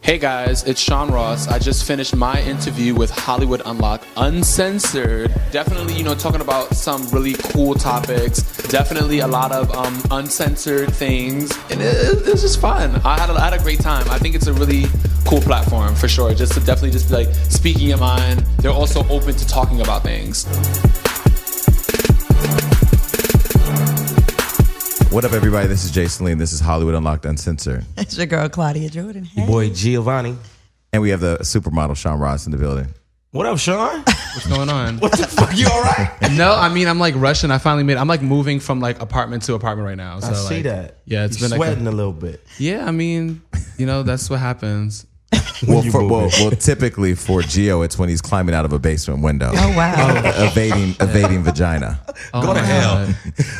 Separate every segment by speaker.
Speaker 1: Hey guys, it's Sean Ross. I just finished my interview with Hollywood Unlocked Uncensored. Definitely, you know, talking about some really cool topics. Definitely a lot of um, uncensored things. And it, it, it's just fun. I had, a, I had a great time. I think it's a really cool platform for sure. Just to definitely just be like speaking your mind. They're also open to talking about things.
Speaker 2: What up, everybody? This is Jason Lee, and this is Hollywood Unlocked Uncensored.
Speaker 3: It's your girl Claudia Jordan. Hey.
Speaker 4: Boy Giovanni.
Speaker 2: And we have the supermodel Sean Ross in the building.
Speaker 4: What up, Sean?
Speaker 1: What's going on?
Speaker 4: What the fuck? You all right?
Speaker 1: no, I mean I'm like rushing. I finally made. I'm like moving from like apartment to apartment right now. So
Speaker 4: I see
Speaker 1: like,
Speaker 4: that.
Speaker 1: Yeah, it's
Speaker 4: you
Speaker 1: been
Speaker 4: sweating
Speaker 1: Like
Speaker 4: a little bit.
Speaker 1: a, yeah, I mean, you know, that's what happens.
Speaker 2: Well,
Speaker 4: you
Speaker 2: for,
Speaker 4: move
Speaker 2: well, well, typically for Geo, it's when he's climbing out of a basement window,
Speaker 3: Oh wow.
Speaker 2: evading evading vagina.
Speaker 1: Oh Go to hell.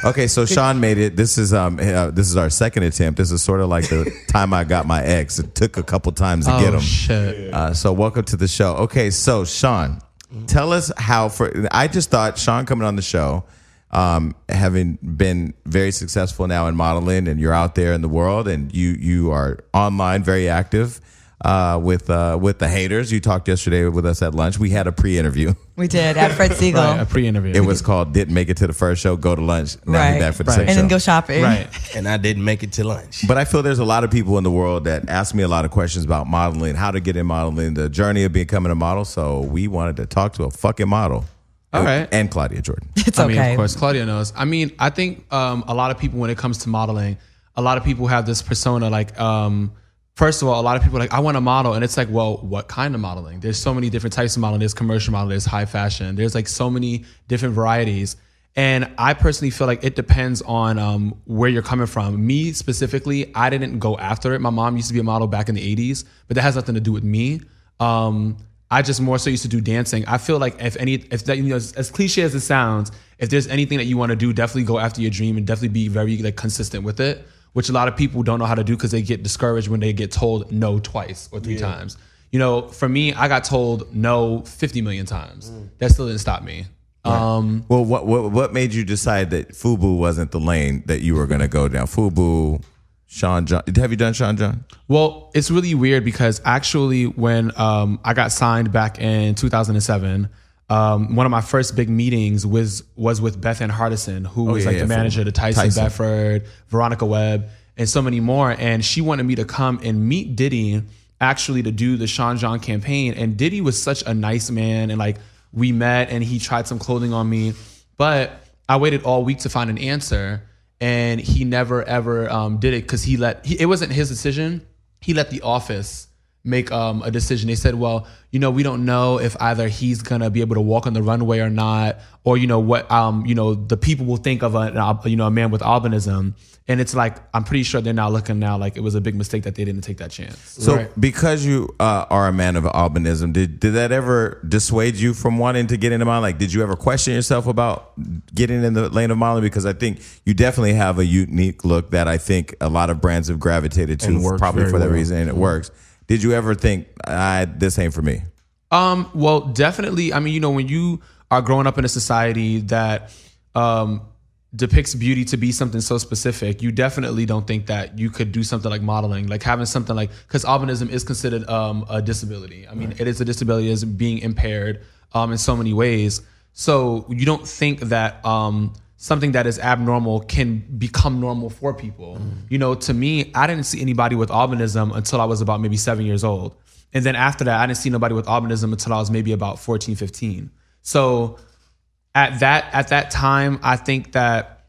Speaker 2: Okay, so Sean made it. This is um uh, this is our second attempt. This is sort of like the time I got my ex. It took a couple times to get
Speaker 1: Oh
Speaker 2: him.
Speaker 1: shit.
Speaker 2: Uh, so welcome to the show. Okay, so Sean,
Speaker 3: Mm-hmm.
Speaker 2: tell us how. For I just thought Sean coming on the show, um, having been very successful now in modeling, and you're out there in the world, and you you are online, very active uh, with uh, with the haters. You talked yesterday with us at lunch. We had a pre-interview.
Speaker 3: we did at Fred Siegel.
Speaker 1: Right, a pre-interview.
Speaker 2: It was called "Didn't Make It to the First Show, Go to Lunch." Now
Speaker 3: Right.
Speaker 2: you're back for the
Speaker 1: Right.
Speaker 2: second
Speaker 3: and then
Speaker 2: show.
Speaker 3: go shopping.
Speaker 1: right.
Speaker 4: And I didn't make it to lunch.
Speaker 2: But I feel there's a lot of people in the world that ask me a lot of questions about modeling, how to get in modeling, the journey of becoming a model. So we wanted to talk to a fucking model.
Speaker 1: All right.
Speaker 2: And Claudia Jordan.
Speaker 3: It's
Speaker 1: I
Speaker 3: okay.
Speaker 1: mean, of course, Claudia knows. I mean, I think um, a lot of people, when it comes to modeling, a lot of people have this persona like, um, first of all, a lot of people are like, I want a model. And it's like, well, what kind of modeling? There's so many different types of modeling. There's commercial modeling, there's high fashion, there's like so many different varieties. And I personally feel like it depends on um, where you're coming from. Me specifically, I didn't go after it. My mom used to be a model back in the 80s, but that has nothing to do with me. Um, I just more so used to do dancing. I feel like if any, if that, you know, as, as cliche as it sounds, if there's anything that you want to do, definitely go after your dream and definitely be very like consistent with it, which a lot of people don't know how to do because they get discouraged when they get told no twice or three times. You know, for me, I got told no 50 million times.
Speaker 2: Mm.
Speaker 1: That still didn't stop me. Um,
Speaker 2: Well, what, what what made you decide that Fubu wasn't the lane that you were going to go down? Fubu, Sean John. Have you done Sean John?
Speaker 1: Well, it's really weird because actually, when um, I got signed back in 2007, um, one of my first big meetings was was with Beth Ann Hardison, who was
Speaker 2: Oh, yeah,
Speaker 1: like
Speaker 2: yeah,
Speaker 1: the manager to Tyson,
Speaker 2: Tyson.
Speaker 1: Bedford, Veronica Webb, and so many more. And she wanted me to come and meet Diddy actually to do the Sean John campaign. And Diddy was such a nice man, and like we met, and he tried some clothing on me, but I waited all week to find an answer, and he never ever um, did it because he let he, it wasn't his decision. He let the office make um, a decision. They said, well, you know, we don't know if either he's gonna be able to walk on the runway or not, or you know what, um, you know, the people will think of a an al- you know a man with albinism, and it's like I'm pretty sure they're now looking now like it was a big mistake that they didn't take that chance.
Speaker 2: So, because you uh, are a man of albinism, did did that ever dissuade you from wanting to get into modeling? Like, did you ever question yourself about getting in the lane of modeling? Because I think you definitely have a unique look that I think a lot of brands have gravitated
Speaker 4: And
Speaker 2: to,
Speaker 4: works
Speaker 2: probably
Speaker 4: very
Speaker 2: for that
Speaker 4: well.
Speaker 2: reason, and it works. Did you ever think, I, this ain't for me?
Speaker 4: Mm-hmm.
Speaker 1: Um, well, definitely. I mean, you know, when you are growing up in a society that um, depicts beauty to be something so specific, you definitely don't think that you could do something like modeling, like having something like because albinism is considered um, a disability. I mean, it is a disability as being impaired um, in so many ways. So you don't think that um, something that is abnormal can become normal for people. You know, to me, I didn't see anybody with albinism until I was about maybe seven years old. And then after that, I didn't see nobody with albinism until I was maybe about 14, 15. So at that at that time, I think that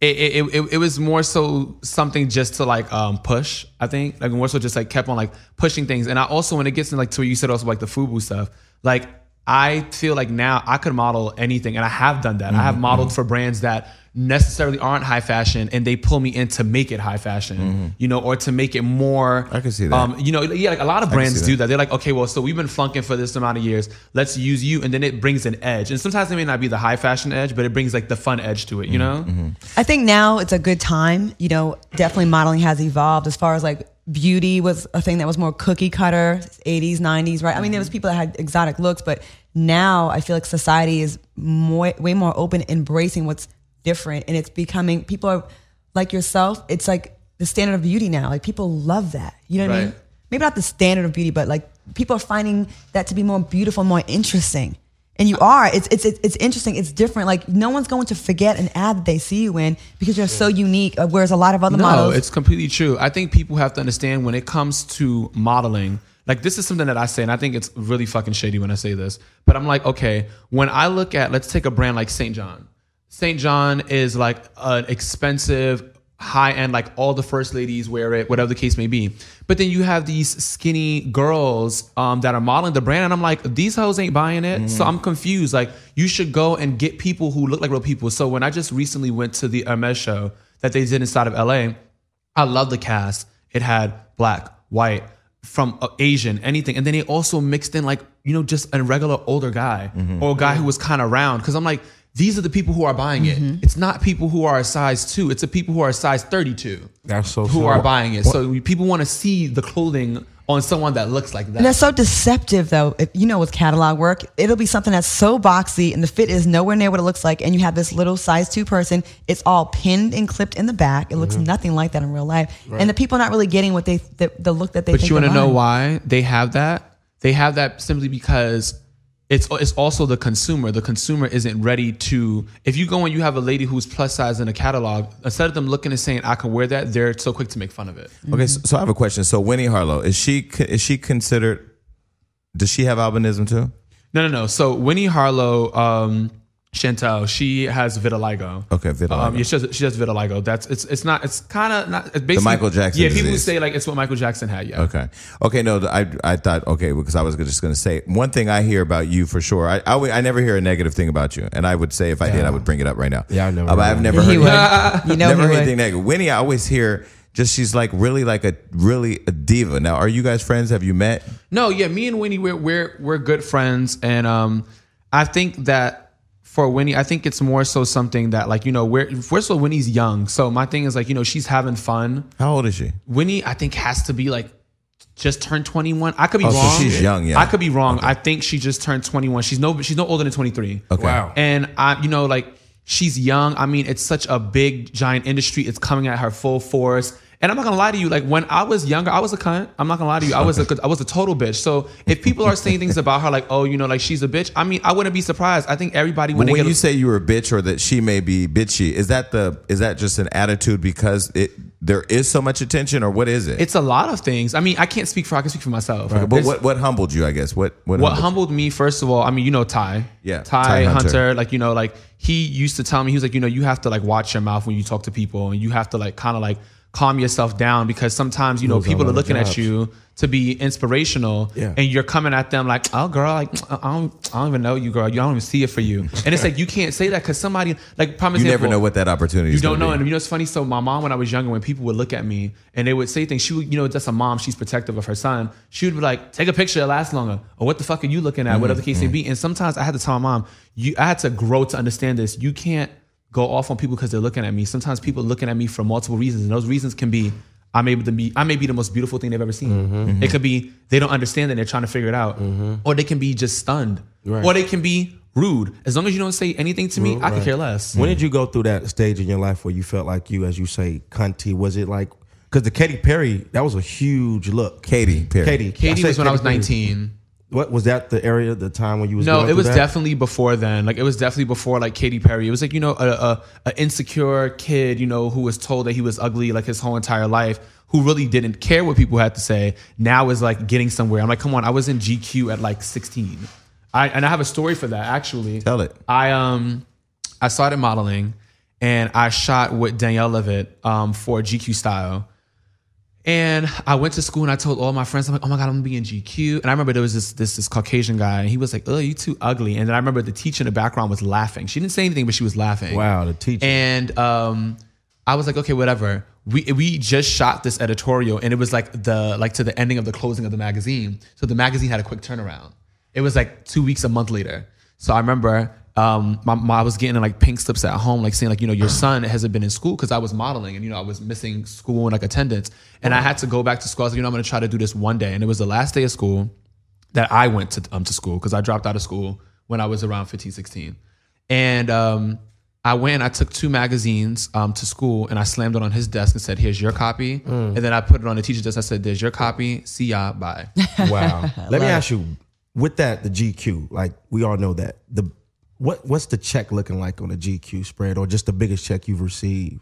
Speaker 1: it it, it, it was more so something just to like um, push. I think like more so just like kept on like pushing things. And I also when it gets in like to what you said also like the FUBU stuff, like I feel like now I could model anything, and I have done that. I
Speaker 2: Mm-hmm.
Speaker 1: have modeled for brands that necessarily aren't high fashion, and they pull me in to make it high fashion, you know, or to make it more.
Speaker 2: Mm-hmm. I can see that.
Speaker 1: Um, you know, yeah, like a lot of brands
Speaker 2: see
Speaker 1: do that. They're like, okay, well, so we've been flunking for this amount of years. Let's use you, and then it brings an edge. And sometimes it may not be the high fashion edge, but it brings like the fun edge to
Speaker 2: Mm-hmm.
Speaker 1: it. You know?
Speaker 3: I think now it's a good time. You know, definitely modeling has evolved as far as like beauty was a thing that was more cookie cutter, 80s, 90s, right? I mean, there was people that had exotic looks, but now I feel like society is more, way more open, embracing what's different. And it's becoming, people are like yourself, it's like the standard of beauty now. Like people love that. You know what I mean?
Speaker 1: Right.
Speaker 3: maybe not the standard of beauty, but like people are finding that to be more beautiful, more interesting. And you are. It's it's it's it's interesting. It's different. Like no one's going to forget an ad that they see you in because you're so unique. uh, Whereas a lot of other models,
Speaker 1: No, it's completely true. I think people have to understand when it comes to modeling. Like this is something that I say, and I think it's really fucking shady when I say this. But I'm like, okay, when I look at, let's take a brand like St. John. St. John is like an expensive, high end, like all the first ladies wear it, whatever the case may be. But then you have these skinny girls um, that are modeling the brand, and I'm like, these hoes ain't buying it. So I'm confused. Like, you should go and get people who look like real people. So when I just recently went to the Hermes show that they did inside of LA, I love the cast. It had black, white, from uh, Asian, anything, and then they also mixed in like you know just a regular older guy
Speaker 4: Mm-hmm.
Speaker 1: or a guy who was kind of round. Because I'm like, these are the people who are buying
Speaker 4: Mm-hmm.
Speaker 1: it. It's not people who are a size two. It's the people who are a size thirty-two
Speaker 4: That's so
Speaker 1: who
Speaker 4: true.
Speaker 1: are buying it. So people want to see the clothing on someone that looks like that.
Speaker 3: And that's so deceptive, though. If, you know, with catalog work, it'll be something that's so boxy and the fit is nowhere near what it looks like. And you have this little size two person, it's all pinned and clipped in the back. It looks
Speaker 1: Mm-hmm.
Speaker 3: nothing like that in real life. And the people are not really getting what they, the, the look that they
Speaker 1: But
Speaker 3: think
Speaker 1: you want
Speaker 3: they
Speaker 1: to know
Speaker 3: want.
Speaker 1: why they have that? They have that simply because it's it's also the consumer. The consumer isn't ready to. If you go and you have a lady who's plus size in a catalog, instead of them looking and saying I can wear that, they're so quick to make fun of it.
Speaker 2: Okay, so, so I have a question. So Winnie Harlow is she is she considered? Does she have albinism too?
Speaker 1: No, no, no. So Winnie Harlow, um, Chantel, she has vitiligo.
Speaker 2: Okay, vitiligo.
Speaker 1: Um, yeah, she has, she has vitiligo. That's it's it's not it's kind of not it's basically
Speaker 2: Michael Jackson
Speaker 1: Yeah, people
Speaker 2: disease.
Speaker 1: say like it's what Michael Jackson had. Yeah.
Speaker 2: Okay. Okay. No, I I thought okay because I was just going to say one thing I hear about you for sure. I, I would- I never hear a negative thing about you, and I would say if I did, I would bring it up right now.
Speaker 4: Yeah, I never
Speaker 2: Uh, but
Speaker 4: heard
Speaker 2: I've
Speaker 4: that.
Speaker 2: never
Speaker 3: He
Speaker 2: heard
Speaker 3: would.
Speaker 2: that.
Speaker 3: You know
Speaker 2: never
Speaker 3: he
Speaker 2: heard
Speaker 3: would.
Speaker 2: anything negative. Winnie, I always hear just she's like really like a really a diva. Now, are you guys friends? Have you met?
Speaker 1: No, yeah, me and Winnie, we're we're we're good friends, and um, I think that for Winnie, I think it's more so something that like you know, we're first of all, Winnie's young, so my thing is like you know, she's having fun.
Speaker 2: How old is she?
Speaker 1: Winnie, I think has to be like just turned twenty one. I could be
Speaker 2: Oh, so
Speaker 1: wrong.
Speaker 2: she's young, yeah.
Speaker 1: I could be wrong. I think she just turned twenty one. She's no, she's no older than twenty three.
Speaker 2: Okay.
Speaker 4: Wow.
Speaker 1: And I, you know, like she's young. I mean, it's such a big, giant industry. It's coming at her full force. And I'm not gonna lie to you. Like when I was younger, I was a cunt. I'm not gonna lie to you. I was a, I was a total bitch. So if people are saying things about her, like, oh, you know, like she's a bitch. I mean, I wouldn't be surprised. I think everybody when
Speaker 2: When,
Speaker 1: they get
Speaker 2: you
Speaker 1: a-
Speaker 2: say you were a bitch or that she may be bitchy, is that the is that just an attitude because it there is so much attention or what is it?
Speaker 1: it's a lot of things. I mean, I can't speak for. I can speak for myself.
Speaker 2: but
Speaker 1: There's-
Speaker 2: what what humbled you? I guess what what,
Speaker 1: What
Speaker 2: humbled you?
Speaker 1: humbled me, first of all, I mean, you know Ty.
Speaker 2: Yeah,
Speaker 1: Ty,
Speaker 2: Ty Hunter.
Speaker 1: Hunter. Like, you know, like he used to tell me, he was like, you know, you have to like watch your mouth when you talk to people and you have to like kind of like calm yourself down because sometimes, you know,
Speaker 4: Lose a
Speaker 1: people
Speaker 4: lot
Speaker 1: are
Speaker 4: of
Speaker 1: looking at
Speaker 4: jobs.
Speaker 1: you to be inspirational
Speaker 4: Yeah.
Speaker 1: and you're coming at them like, oh, girl, like, I don't, I don't even know you, girl. You don't even see it for you. And it's like, you can't say that because somebody, like, prime
Speaker 2: You
Speaker 1: example,
Speaker 2: never know what that opportunity
Speaker 1: you
Speaker 2: is.
Speaker 1: don't
Speaker 2: gonna
Speaker 1: know,
Speaker 2: be.
Speaker 1: and you know it's funny. So my mom, when I was younger, when people would look at me and they would say things, she would, you know, that's a mom. She's protective of her son. She would be like, "Take a picture. It lasts longer." Or what the fuck are you looking at? Whatever the case may be. And sometimes I had to tell my mom, "You, I had to grow to understand this. You can't go off on people because they're looking at me. Sometimes people are looking at me for multiple reasons, and those reasons can be." I'm able to be. I may be the most beautiful thing they've ever seen. It could be they don't understand and they're trying to figure it out, or they can be just stunned, or they can be rude. As long as you don't say anything to me, I could care less.
Speaker 4: When did you go through that stage in your life where you felt like you, as you say, cunty? Was it like because the Katy Perry that was a huge look?
Speaker 2: Katy Perry.
Speaker 4: Katy,
Speaker 1: Katie
Speaker 4: said
Speaker 1: was when I was
Speaker 4: Perry.
Speaker 1: 19.
Speaker 4: What was that the area, the time when you was?
Speaker 1: No,
Speaker 4: going
Speaker 1: it
Speaker 4: through
Speaker 1: was
Speaker 4: that?
Speaker 1: definitely before then. Like it was definitely before like Katy Perry. It was like you know a, a, a insecure kid, you know, who was told that he was ugly like his whole entire life, who really didn't care what people had to say. Now is like getting somewhere. I'm like, come on, I was in GQ at like 16. I and I have a story for that actually.
Speaker 2: Tell it.
Speaker 1: I um I started modeling and I shot with Danielle Levitt um, for GQ Style. And I went to school and I told all my friends, I'm like, oh my God, I'm gonna be in GQ. And I remember there was this this this Caucasian guy, and he was like, Oh, you too ugly. And then I remember the teacher in the background was laughing. She didn't say anything, but she was laughing.
Speaker 4: Wow, the teacher.
Speaker 1: And um, I was like, okay, whatever. We we just shot this editorial, and it was like the like to the ending of the closing of the magazine. So the magazine had a quick turnaround. It was like two weeks, a month later. So I remember um, my, my- I was getting like pink slips at home, like saying like you know your son hasn't been in school because I was modeling and you know I was missing school and like attendance, and I had to go back to school. I was like, you know I'm gonna try to do this one day, and it was the last day of school that I went to um to school because I dropped out of school when I was around 15, 16. And um, I went and I took two magazines um, to school and I slammed it on his desk and said, Here's your copy.
Speaker 2: Mm.
Speaker 1: And then I put it on the teacher's desk. I said, There's your copy. See ya. Bye.
Speaker 4: Wow. Let me ask you, with that, the GQ, like we all know that the what what's the check looking like on a GQ spread, or just the biggest check you've received?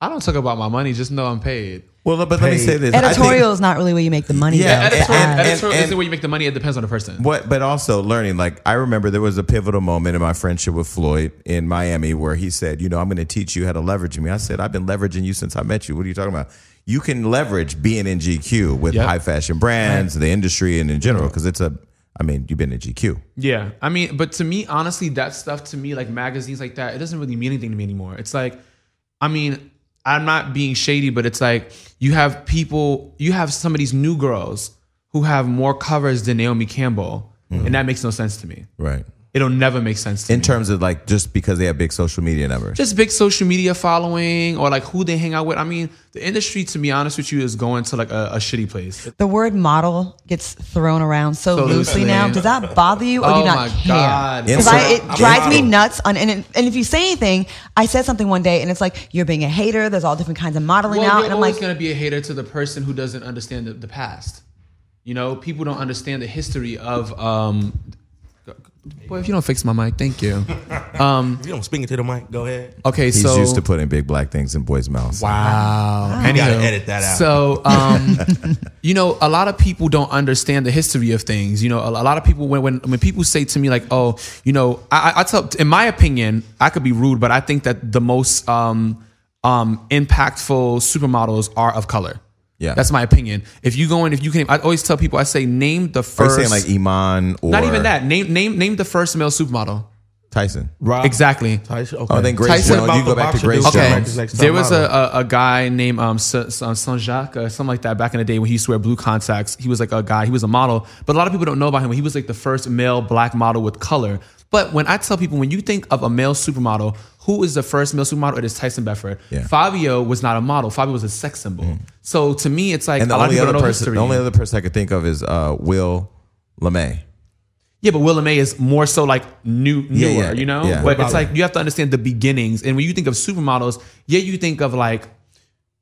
Speaker 1: I don't talk about my money, just know I'm paid.
Speaker 2: Well, but let me
Speaker 4: Paid.
Speaker 2: say this. I think-
Speaker 3: Editorial is not really where you make the money.
Speaker 2: Yeah, and-
Speaker 3: though.
Speaker 1: Editorial,
Speaker 2: and-
Speaker 1: editorial
Speaker 2: and-
Speaker 1: isn't where you make the money, it depends on the person.
Speaker 2: What, but also learning. Like I remember there was a pivotal moment in my friendship with Floyd in Miami where he said, "You know, I'm going to teach you how to leverage me." I said, "I've been leveraging you since I met you. What are you talking about? You can leverage being in GQ with
Speaker 1: Yep.
Speaker 2: high fashion brands, the industry, and in general because it's a. I mean, you've been in GQ.
Speaker 1: Yeah, I mean, but to me, honestly, that stuff to me, like magazines like that, it doesn't really mean anything to me anymore. It's like, I mean, I'm not being shady, but it's like you have people, you have some of these new girls who have more covers than Naomi Campbell, and that makes no sense to me.
Speaker 2: Right.
Speaker 1: It'll never make sense to
Speaker 2: In
Speaker 1: me.
Speaker 2: terms of like just because they have big social media numbers.
Speaker 1: Just big social media following or like who they hang out with. I mean, the industry, to be honest with you, is going to like a, a shitty place.
Speaker 3: The word model gets thrown around so,
Speaker 1: So
Speaker 3: loosely
Speaker 1: loosely.
Speaker 3: now. Does that bother you or do
Speaker 1: Oh
Speaker 3: you not
Speaker 1: my
Speaker 3: care?
Speaker 1: God.
Speaker 3: 'Cause I-
Speaker 2: Insert-
Speaker 3: it drives me nuts. On and, it- and if you say anything, I said something one day and it's like you're being a hater. There's all different kinds of modeling
Speaker 1: well,
Speaker 3: now,
Speaker 1: you're
Speaker 3: and I'm
Speaker 1: always
Speaker 3: like,
Speaker 1: going to be a hater to the person who doesn't understand the, the past. You know, people don't understand the history of. Um, boy, if you don't fix my mic, thank you.
Speaker 4: If you don't speak into the mic, go ahead.
Speaker 1: Okay,
Speaker 2: He's
Speaker 1: so
Speaker 2: used to putting big black things in boys' mouths.
Speaker 1: Wow. You
Speaker 4: gotta edit that out.
Speaker 1: So, um, you know, a lot of people don't understand the history of things. You know, a, a lot of people, when, when when people say to me, like, oh, you know, I, I I tell, in my opinion, I could be rude, but I think that the most um, um, impactful supermodels are of color.
Speaker 2: Yeah.
Speaker 1: That's my opinion. If you go in, if you can, I always tell people, I say, name the
Speaker 2: Are you
Speaker 1: first.
Speaker 2: saying like E Iman or
Speaker 1: not even that. Name, name, name the first male supermodel.
Speaker 2: Tyson?
Speaker 4: Rob
Speaker 1: Exactly.
Speaker 4: Tyson. Okay.
Speaker 2: Oh, then Grace
Speaker 1: Tyson-
Speaker 2: Jones.
Speaker 1: About
Speaker 2: You go
Speaker 4: the
Speaker 2: back to
Speaker 4: boxer
Speaker 2: Grace
Speaker 4: dude.
Speaker 1: Okay.
Speaker 4: Next-
Speaker 2: Jones.
Speaker 4: next
Speaker 1: There was a,
Speaker 4: model.
Speaker 1: a, a guy named um, Saint Jacques or uh, something like that back in the day when he used to wear blue contacts. He was like a guy, he was a model, but a lot of people don't know about him. He was like the first male black model with color. But when I tell people, when you think of a male supermodel, who is the first male supermodel? It is Tyson Bedford.
Speaker 2: Yeah. Mm.
Speaker 1: Fabio was not a model. Fabio was a sex symbol. So to me, it's like
Speaker 2: And
Speaker 1: a
Speaker 2: the
Speaker 1: lot of
Speaker 2: only
Speaker 1: people
Speaker 2: other
Speaker 1: don't know
Speaker 2: person,
Speaker 1: history.
Speaker 2: the only other person I could think of is uh, Will Lemay.
Speaker 1: Yeah, but Willa May is more so like new, newer,
Speaker 2: Yeah, yeah,
Speaker 1: you know.
Speaker 2: yeah.
Speaker 1: But it's like you have to understand the beginnings. And when you think of supermodels, yeah, you think of like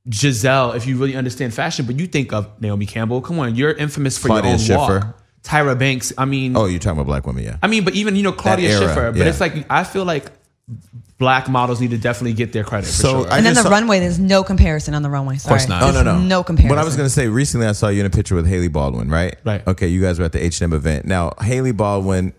Speaker 1: Giselle if you really understand fashion. But you think of Naomi Campbell. Come on, you're infamous for your
Speaker 2: Claudia
Speaker 1: own
Speaker 2: Schiffer.
Speaker 1: walk. Tyra Banks. I mean,
Speaker 2: Oh, you're talking about black women, yeah.
Speaker 1: I mean, but even you know Claudia
Speaker 2: era,
Speaker 1: Schiffer. But
Speaker 2: yeah.
Speaker 1: it's like I feel like black models need to definitely get their credit. For sure.
Speaker 2: I
Speaker 3: and then the
Speaker 2: just saw-
Speaker 3: runway. There's no comparison on the runway. Sorry.
Speaker 1: course not.
Speaker 2: No, no,
Speaker 3: There's
Speaker 2: no.
Speaker 3: No comparison.
Speaker 2: What I was going to say recently, I saw you in a picture with Haley Baldwin, right?
Speaker 1: Right.
Speaker 2: Okay, you guys were at the H and M event. Now, Haley Baldwin,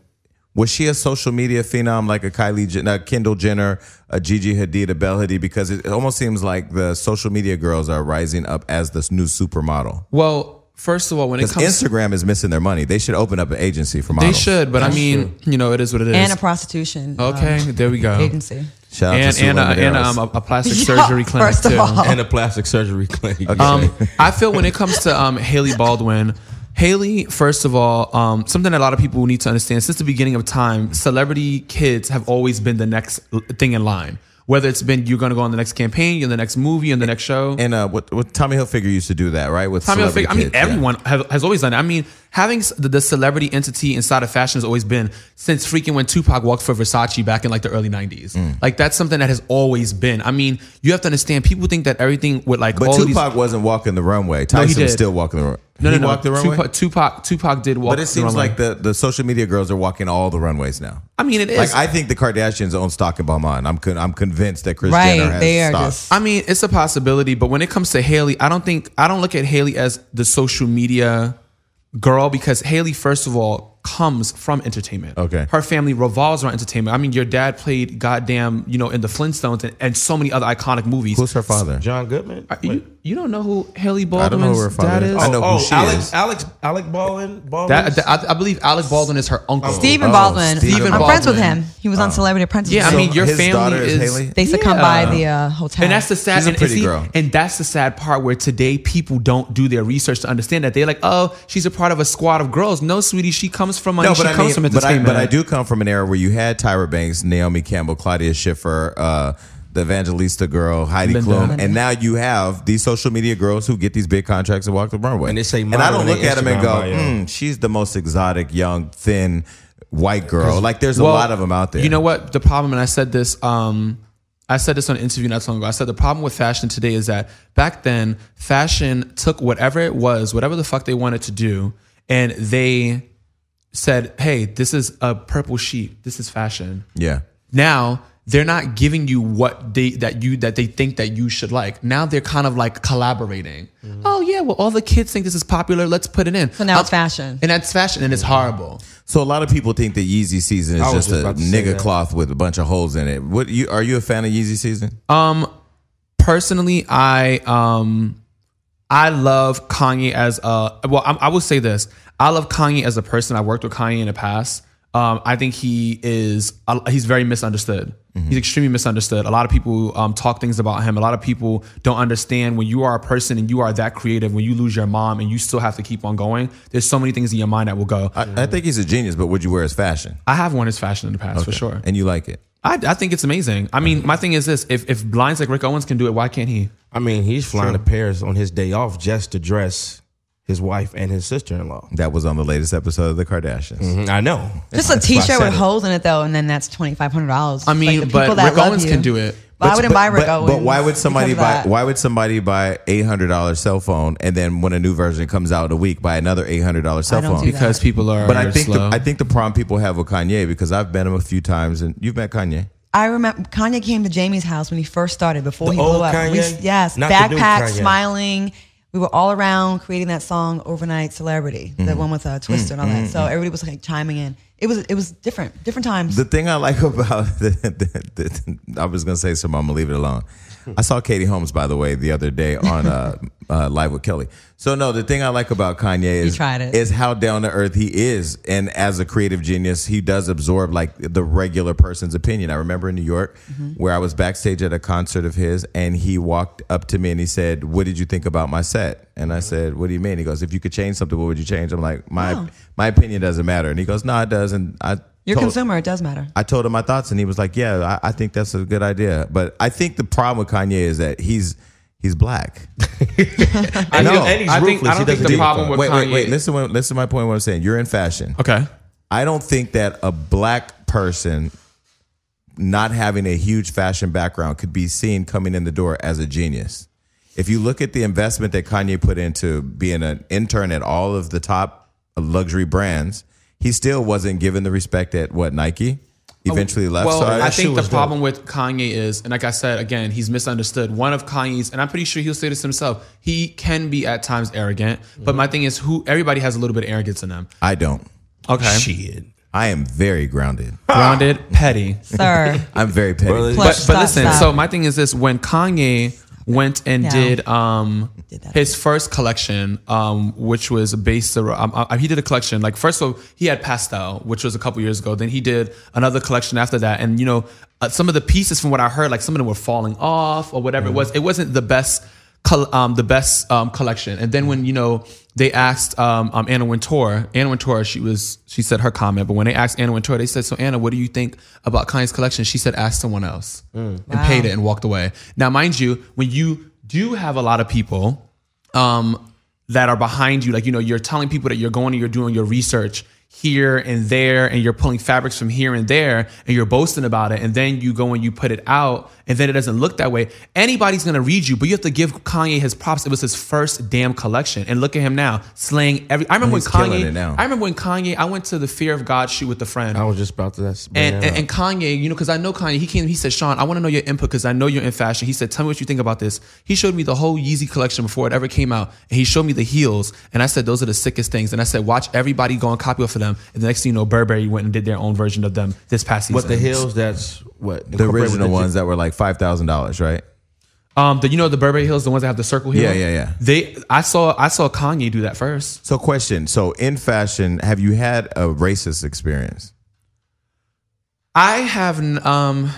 Speaker 2: was she a social media phenom like a Kylie, Jen- a Kendall Jenner, a Gigi Hadid, a Belle Hadid? Because it almost seems like the social media girls are rising up as this new supermodel.
Speaker 1: well, first of all, when it
Speaker 2: Because
Speaker 1: comes,
Speaker 2: Instagram is missing their money. They should open up an agency for
Speaker 1: they
Speaker 2: models.
Speaker 1: should. But I mean, you know, it is what it is.
Speaker 3: and a prostitution um,
Speaker 1: okay, there we go.
Speaker 3: agency.
Speaker 2: Shout out
Speaker 1: And
Speaker 2: to Sue
Speaker 1: and, a, and a,
Speaker 2: Lamaderos.
Speaker 1: um, a, a plastic
Speaker 3: Yeah,
Speaker 1: surgery clinic
Speaker 3: first of
Speaker 1: too.
Speaker 3: all.
Speaker 4: and a plastic surgery clinic.
Speaker 1: Um, I feel when it comes to um, Haley Baldwin, Haley, first of all, um, something that a lot of people need to understand since the beginning of time, celebrity kids have always been the next l- thing in line. Whether it's been you're going to go on the next campaign, you're in the next movie, in the next show.
Speaker 2: and uh, what, what Tommy Hilfiger used to do that, right? With
Speaker 1: Tommy
Speaker 2: celebrity
Speaker 1: Hilfiger. I mean,
Speaker 2: kids, yeah.
Speaker 1: everyone have, has always done it. I mean, having s- the, the celebrity entity inside of fashion has always been since freaking when Tupac walked for Versace back in like the early '90s.
Speaker 2: Mm.
Speaker 1: Like that's something that has always been. I mean, you have to understand. People think that everything with like
Speaker 2: But
Speaker 1: all of these.
Speaker 2: Tupac wasn't walking the runway. Tyson
Speaker 1: did.
Speaker 2: was still walking the runway.
Speaker 1: No,
Speaker 2: he
Speaker 1: no, no.
Speaker 2: walked the runway.
Speaker 1: Tupac, Tupac, Tupac did walk.
Speaker 2: but it seems
Speaker 1: the runway.
Speaker 2: like the, the social media girls are walking all the runways now.
Speaker 1: I mean, it is.
Speaker 2: Like I think the Kardashians own stock in Balmain. I'm con- I'm convinced that Chris
Speaker 3: Right,
Speaker 2: Jenner has
Speaker 3: they are
Speaker 2: stock.
Speaker 3: just-
Speaker 1: I mean, it's a possibility, but when it comes to Haley, I don't think I don't look at Haley as the social media girl because Haley, first of all, comes from entertainment.
Speaker 2: Okay.
Speaker 1: her family revolves around entertainment. I mean, your dad played goddamn, you know, in the Flintstones and, and so many other iconic movies. Uh,
Speaker 2: Who's her father?
Speaker 4: John Goodman.
Speaker 1: you, you don't know who Haley
Speaker 2: I don't know who her
Speaker 1: Baldwin's
Speaker 2: father
Speaker 1: dad
Speaker 2: is.
Speaker 1: is? Oh,
Speaker 2: I know who she
Speaker 4: Alex,
Speaker 2: is.
Speaker 4: Alex, Alec Baldwin. Baldwin.
Speaker 1: That, that- I, I believe Alec Baldwin is her uncle.
Speaker 3: Stephen
Speaker 2: Oh,
Speaker 3: Baldwin.
Speaker 2: Stephen
Speaker 3: I'm friends with
Speaker 1: Baldwin.
Speaker 3: him. He was on Celebrity Apprentice.
Speaker 1: Yeah, I
Speaker 3: So
Speaker 1: mean, your
Speaker 2: his
Speaker 1: family
Speaker 2: daughter is
Speaker 1: is
Speaker 2: Haley?
Speaker 3: they succumbed
Speaker 1: Yeah.
Speaker 3: by the uh, hotel.
Speaker 1: And that's the sad.
Speaker 2: She's a
Speaker 1: and,
Speaker 2: pretty
Speaker 1: and see,
Speaker 2: girl.
Speaker 1: and that's the sad part where today people don't do their research to understand that they're like, oh, she's a part of a squad of girls. No, sweetie, she comes from money.
Speaker 2: No,
Speaker 1: she
Speaker 2: but I,
Speaker 1: comes
Speaker 2: mean,
Speaker 1: from
Speaker 2: but I
Speaker 1: entertainment.
Speaker 2: but I do come from an era where you had Tyra Banks, Naomi Campbell, Claudia Schiffer, uh, the Evangelista girl, Heidi
Speaker 1: Linda.
Speaker 2: Klum,
Speaker 1: Linda.
Speaker 2: and now you have these social media girls who get these big contracts and walk the runway.
Speaker 4: And they say
Speaker 2: I
Speaker 4: model
Speaker 2: don't
Speaker 4: in
Speaker 2: look
Speaker 4: their
Speaker 2: at them and
Speaker 4: Instagram
Speaker 2: go,
Speaker 4: bio.
Speaker 2: mm, she's the most exotic, young, thin, white girl. Like there's a
Speaker 1: Well,
Speaker 2: lot of them out there.
Speaker 1: You know what? The problem, and I said this um, I said this on an interview not so long ago. I said the problem with fashion today is that back then, fashion took whatever it was, whatever the fuck they wanted to do, and they said, hey, this is a purple sheep. This is fashion.
Speaker 2: Yeah.
Speaker 1: Now, they're not giving you what they that you that they think that you should like. Now they're kind of like collaborating. Oh yeah, well all the kids think this is popular. Let's put it in. So
Speaker 3: Mm-hmm. now it's fashion.
Speaker 1: and that's fashion, and it's horrible.
Speaker 2: So a lot of people think that Yeezy season is
Speaker 4: was
Speaker 2: just,
Speaker 4: just
Speaker 2: a
Speaker 4: about to say
Speaker 2: nigga
Speaker 4: that.
Speaker 2: cloth with a bunch of holes in it. What you are you a fan of Yeezy season?
Speaker 1: Um, personally, I um, I love Kanye as a well. I, I will say this: I love Kanye as a person. I worked with Kanye in the past. Um, I think he is uh, he's very misunderstood. He's extremely misunderstood. A lot of people um, talk things about him. A lot of people don't understand when you are a person and you are that creative. When you lose your mom and you still have to keep on going, there's so many things in your mind that will go. I,
Speaker 2: I, I think he's a genius, but would you wear his fashion?
Speaker 1: have worn his fashion in the past for sure.
Speaker 2: And you like it?
Speaker 1: I, I think it's amazing. I mean, my thing is this: if if blinds like Rick Owens can do it, why can't he?
Speaker 4: I mean, he's flying to Paris on his day off just to dress his wife and his sister in law.
Speaker 2: That was on the latest episode of the Kardashians.
Speaker 1: Mm,
Speaker 4: I know.
Speaker 3: Just a T-shirt
Speaker 4: said
Speaker 3: with
Speaker 4: it.
Speaker 3: holes in it though, and then that's twenty five hundred dollars.
Speaker 1: I mean, but Rick Owens can do it.
Speaker 3: But, I wouldn't buy Rick
Speaker 2: but,
Speaker 3: Owens.
Speaker 2: But why would somebody
Speaker 3: because of
Speaker 2: buy?
Speaker 3: that.
Speaker 2: Why would somebody buy eight hundred dollar cell phone and then when a new version comes out in a week, buy another eight hundred dollar cell
Speaker 3: I don't
Speaker 2: phone?
Speaker 3: do that.
Speaker 1: because people are.
Speaker 2: But I think the,
Speaker 1: slow.
Speaker 2: I think the problem people have with Kanye because I've met him a few times and you've met Kanye.
Speaker 3: I remember Kanye came to Jamie's house when he first started before
Speaker 4: The
Speaker 3: he
Speaker 4: old
Speaker 3: blew up. We-
Speaker 4: Kanye?
Speaker 3: yes,
Speaker 4: Not the new
Speaker 3: backpack,
Speaker 4: Kanye.
Speaker 3: smiling. We were all around creating that song "Overnight Celebrity," the one with uh, Twister and all that. So everybody was like chiming in. It was it was different, different times.
Speaker 2: The thing I like about the, the, the- I was gonna say something, I'm gonna leave it alone. I saw Katie Holmes by the way the other day on uh, uh, Live with Kelly. So no, the thing I like about Kanye is
Speaker 3: tried it.
Speaker 2: is how down to earth he is, and as a creative genius, he does absorb like the regular person's opinion. I remember in New York
Speaker 3: Mm-hmm.
Speaker 2: where I was backstage at a concert of his, and he walked up to me and he said, "What did you think about my set?" And I said, "What do you mean?" He goes, "If you could change something, what would you change?" I'm like, "My
Speaker 3: Oh.
Speaker 2: my opinion doesn't matter," and he goes, "No, it doesn't." I
Speaker 3: Your
Speaker 2: told-
Speaker 3: consumer, it does matter.
Speaker 2: I told him my thoughts, and he was like, "Yeah, I, I think that's a good idea." But I think the problem with Kanye is that he's he's black.
Speaker 1: I
Speaker 2: No,
Speaker 1: think-
Speaker 2: and
Speaker 4: he's
Speaker 1: I
Speaker 4: ruthless. He
Speaker 1: think, I don't think
Speaker 4: doesn't
Speaker 1: the
Speaker 4: give a
Speaker 1: problem with
Speaker 2: wait,
Speaker 1: Kanye.
Speaker 2: wait, wait. Listen, to what- listen to my point. What I'm saying, you're in fashion.
Speaker 1: Okay.
Speaker 2: I don't think that a black person not having a huge fashion background could be seen coming in the door as a genius. If you look at the investment that Kanye put into being an intern at all of the top luxury brands, he still wasn't given the respect at what Nike eventually left.
Speaker 1: Oh, Well,
Speaker 2: So
Speaker 1: I
Speaker 2: that shit
Speaker 1: think the
Speaker 2: was dope.
Speaker 1: problem with Kanye is, and like I said again, he's misunderstood. One of Kanye's, and I'm pretty sure he'll say this himself. He can be at times arrogant, but my thing is, who everybody has a little bit of arrogance in them.
Speaker 2: I don't.
Speaker 1: Okay,
Speaker 4: Shit.
Speaker 2: I am very grounded.
Speaker 1: grounded, petty.
Speaker 3: Sir,
Speaker 2: I'm very petty.
Speaker 4: Really?
Speaker 1: but,
Speaker 3: Stop,
Speaker 1: but listen,
Speaker 3: stop.
Speaker 1: so my thing is this: when Kanye went and
Speaker 3: No.
Speaker 1: did um
Speaker 3: that.
Speaker 1: his first collection, um, which was based around, um, uh, he did a collection. Like first of all, he had Pastel, which was a couple years ago. Then he did another collection after that, and you know, uh, some of the pieces from what I heard, like some of them were falling off or whatever it was. It wasn't the best. col- Um, the best um, collection, and then when you know they asked um, um, Anna Wintour, Anna Wintour, she was she said her comment, but when they asked Anna Wintour, they said, "So Anna, what do you think about Kanye's collection?" She said, "Ask someone else," and
Speaker 3: Wow.
Speaker 1: paid it and walked away. Now, mind you, when you do have a lot of people um, that are behind you, like you know, you're telling people that you're going and you're doing your research here and there, and you're pulling fabrics from here and there, and you're boasting about it, and then you go and you put it out, and then it doesn't look that way. Anybody's gonna read you, but you have to give Kanye his props. It was his first damn collection, and look at him now, slaying every. I remember
Speaker 2: He's
Speaker 1: when
Speaker 2: killing
Speaker 1: Kanye.
Speaker 2: it now.
Speaker 1: I remember when Kanye. I went to the Fear of God shoot with a friend
Speaker 4: I was just about to. That's
Speaker 1: and, and, and Kanye, you know, because I know Kanye, he came, he said, Sean, I want to know your input because I know you're in fashion. He said, Tell me what you think about this. He showed me the whole Yeezy collection before it ever came out, and he showed me the heels, and I said, Those are the sickest things. And I said, Watch everybody go and copy off of them. And the next thing you know, Burberry went and did their own version of them this past season.
Speaker 4: what the hills? That's what
Speaker 2: the original ones that were like five thousand dollars, right?
Speaker 1: Um, the, you know, the Burberry heels, the ones that have the circle heel.
Speaker 2: Yeah, yeah, yeah.
Speaker 1: They, I saw, I saw Kanye do that first.
Speaker 2: So, question: So, in fashion, have you had a racist experience?
Speaker 1: I have, n- um,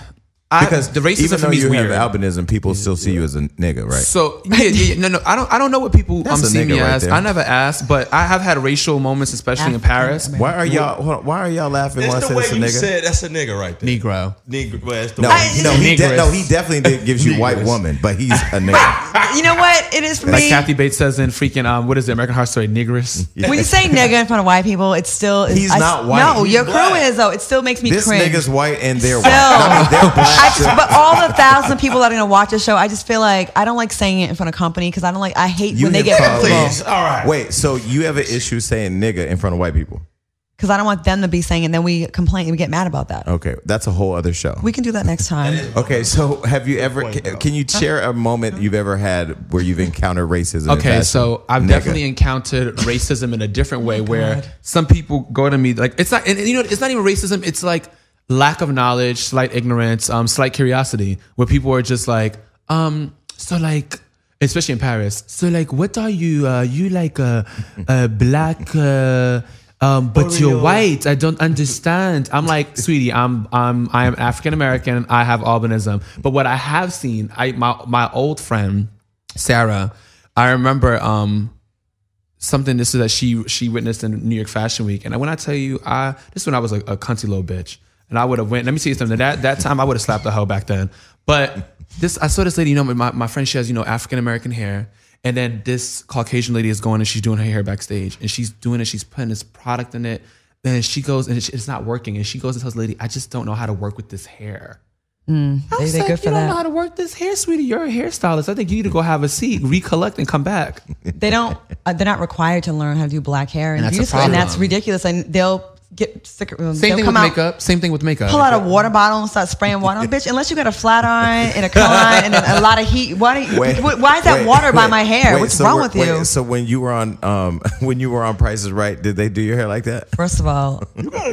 Speaker 1: I,
Speaker 2: Because
Speaker 1: the racism
Speaker 2: even
Speaker 1: for
Speaker 2: though
Speaker 1: me is
Speaker 2: you
Speaker 1: weird.
Speaker 2: have albinism, people still see you as a nigga, right?
Speaker 1: So yeah, yeah, yeah, no, no, I don't, I don't know what people um,
Speaker 2: That's a
Speaker 1: see me
Speaker 2: nigga right
Speaker 1: as.
Speaker 2: there.
Speaker 1: I never asked, but I have had racial moments, especially in
Speaker 3: African
Speaker 1: Paris.
Speaker 3: American.
Speaker 2: why are y'all? hold on, Why are y'all laughing? when I
Speaker 5: It's
Speaker 2: said
Speaker 5: the way
Speaker 2: it's a
Speaker 5: you
Speaker 2: nigga?
Speaker 5: said that's a nigga right there.
Speaker 1: Negro.
Speaker 5: Negro. well, that's the
Speaker 2: no,
Speaker 5: way-
Speaker 3: I-
Speaker 2: no, he de-
Speaker 1: Negress.
Speaker 2: no, he definitely did, gives you white
Speaker 5: Negress.
Speaker 2: woman, but he's a nigga.
Speaker 3: you know what? It is for
Speaker 1: Like
Speaker 3: me.
Speaker 1: Kathy Bates says in freaking um, what is it, American Horror Story, Negress.
Speaker 3: When you say nigga in front of white people, it's still
Speaker 2: He's not white.
Speaker 3: No,
Speaker 2: He's
Speaker 3: your crew
Speaker 5: black.
Speaker 3: is though. It still makes me
Speaker 2: this
Speaker 3: cringe.
Speaker 2: nigga's white and they're white.
Speaker 3: Still.
Speaker 2: I mean, they're black
Speaker 3: I just, but all the thousand people that are gonna watch the show, I just feel like I don't like saying it in front of company because I don't like. I hate
Speaker 2: You
Speaker 3: when they
Speaker 2: have
Speaker 3: get
Speaker 2: called-
Speaker 3: comfortable
Speaker 4: Please, all right.
Speaker 2: Wait, so you have an issue saying nigga in front of white people?
Speaker 3: because I don't want them to be saying, it and then we complain and we get mad about that.
Speaker 2: Okay, that's a whole other show.
Speaker 3: We can do that next time.
Speaker 2: Okay, so have you ever?
Speaker 4: point,
Speaker 2: ca-
Speaker 4: though.
Speaker 2: Can you share a moment you've ever had where you've encountered racism? in
Speaker 1: Okay,
Speaker 2: fashion?
Speaker 1: so I've
Speaker 2: Nigga.
Speaker 1: definitely encountered racism in a different way where some people go to me like it's not and, and you know it's not even racism, it's like lack of knowledge, slight ignorance, um, slight curiosity, where people are just like, um, so like especially in Paris, so like what are you? Uh you like uh, uh black uh um, but you're white. I don't understand. I'm like, sweetie, I'm I'm I am African American. I have albinism. But what I have seen, I my my old friend Sarah, I remember um something this is that she she witnessed in New York Fashion Week. And when I tell you, I this is when I was a, a cunty little bitch. And I would have went, let me tell you something. That that time I would have slapped the hell back then. But this I saw this lady, you know, my, my friend, she has, you know, African American hair. And then this Caucasian lady is going and she's doing her hair backstage. And she's doing it, she's putting this product in it. And she goes and it's not working. And she goes and tells the lady, I just don't know how to work with this hair. I
Speaker 3: Hmm. They,
Speaker 1: was
Speaker 3: they're
Speaker 1: like,
Speaker 3: good for
Speaker 1: you don't know
Speaker 3: that.
Speaker 1: how to work this hair, sweetie. You're a hairstylist. I think you need to go have a seat, recollect, and come back.
Speaker 3: They don't. Uh, they're not required to learn how to do black hair and,
Speaker 1: that's a
Speaker 3: beautiful, and that's
Speaker 1: problem.
Speaker 3: ridiculous. And they'll get sick. Same
Speaker 1: Same
Speaker 3: they'll
Speaker 1: thing
Speaker 3: come
Speaker 1: with
Speaker 3: out,
Speaker 1: makeup. Same thing with makeup.
Speaker 3: Pull out a water bottle and start spraying water on, bitch. Unless you got a flat iron and a line and a, a lot of heat. Why? Do you,
Speaker 2: Wait,
Speaker 3: wh- why is that
Speaker 2: wait,
Speaker 3: water by
Speaker 2: wait,
Speaker 3: my hair?
Speaker 2: wait,
Speaker 3: What's
Speaker 2: so
Speaker 3: wrong
Speaker 2: we're-
Speaker 3: with you?
Speaker 2: wait, so when you were on, um, when you were on Prices Right, did they do your hair like that?
Speaker 3: First of all,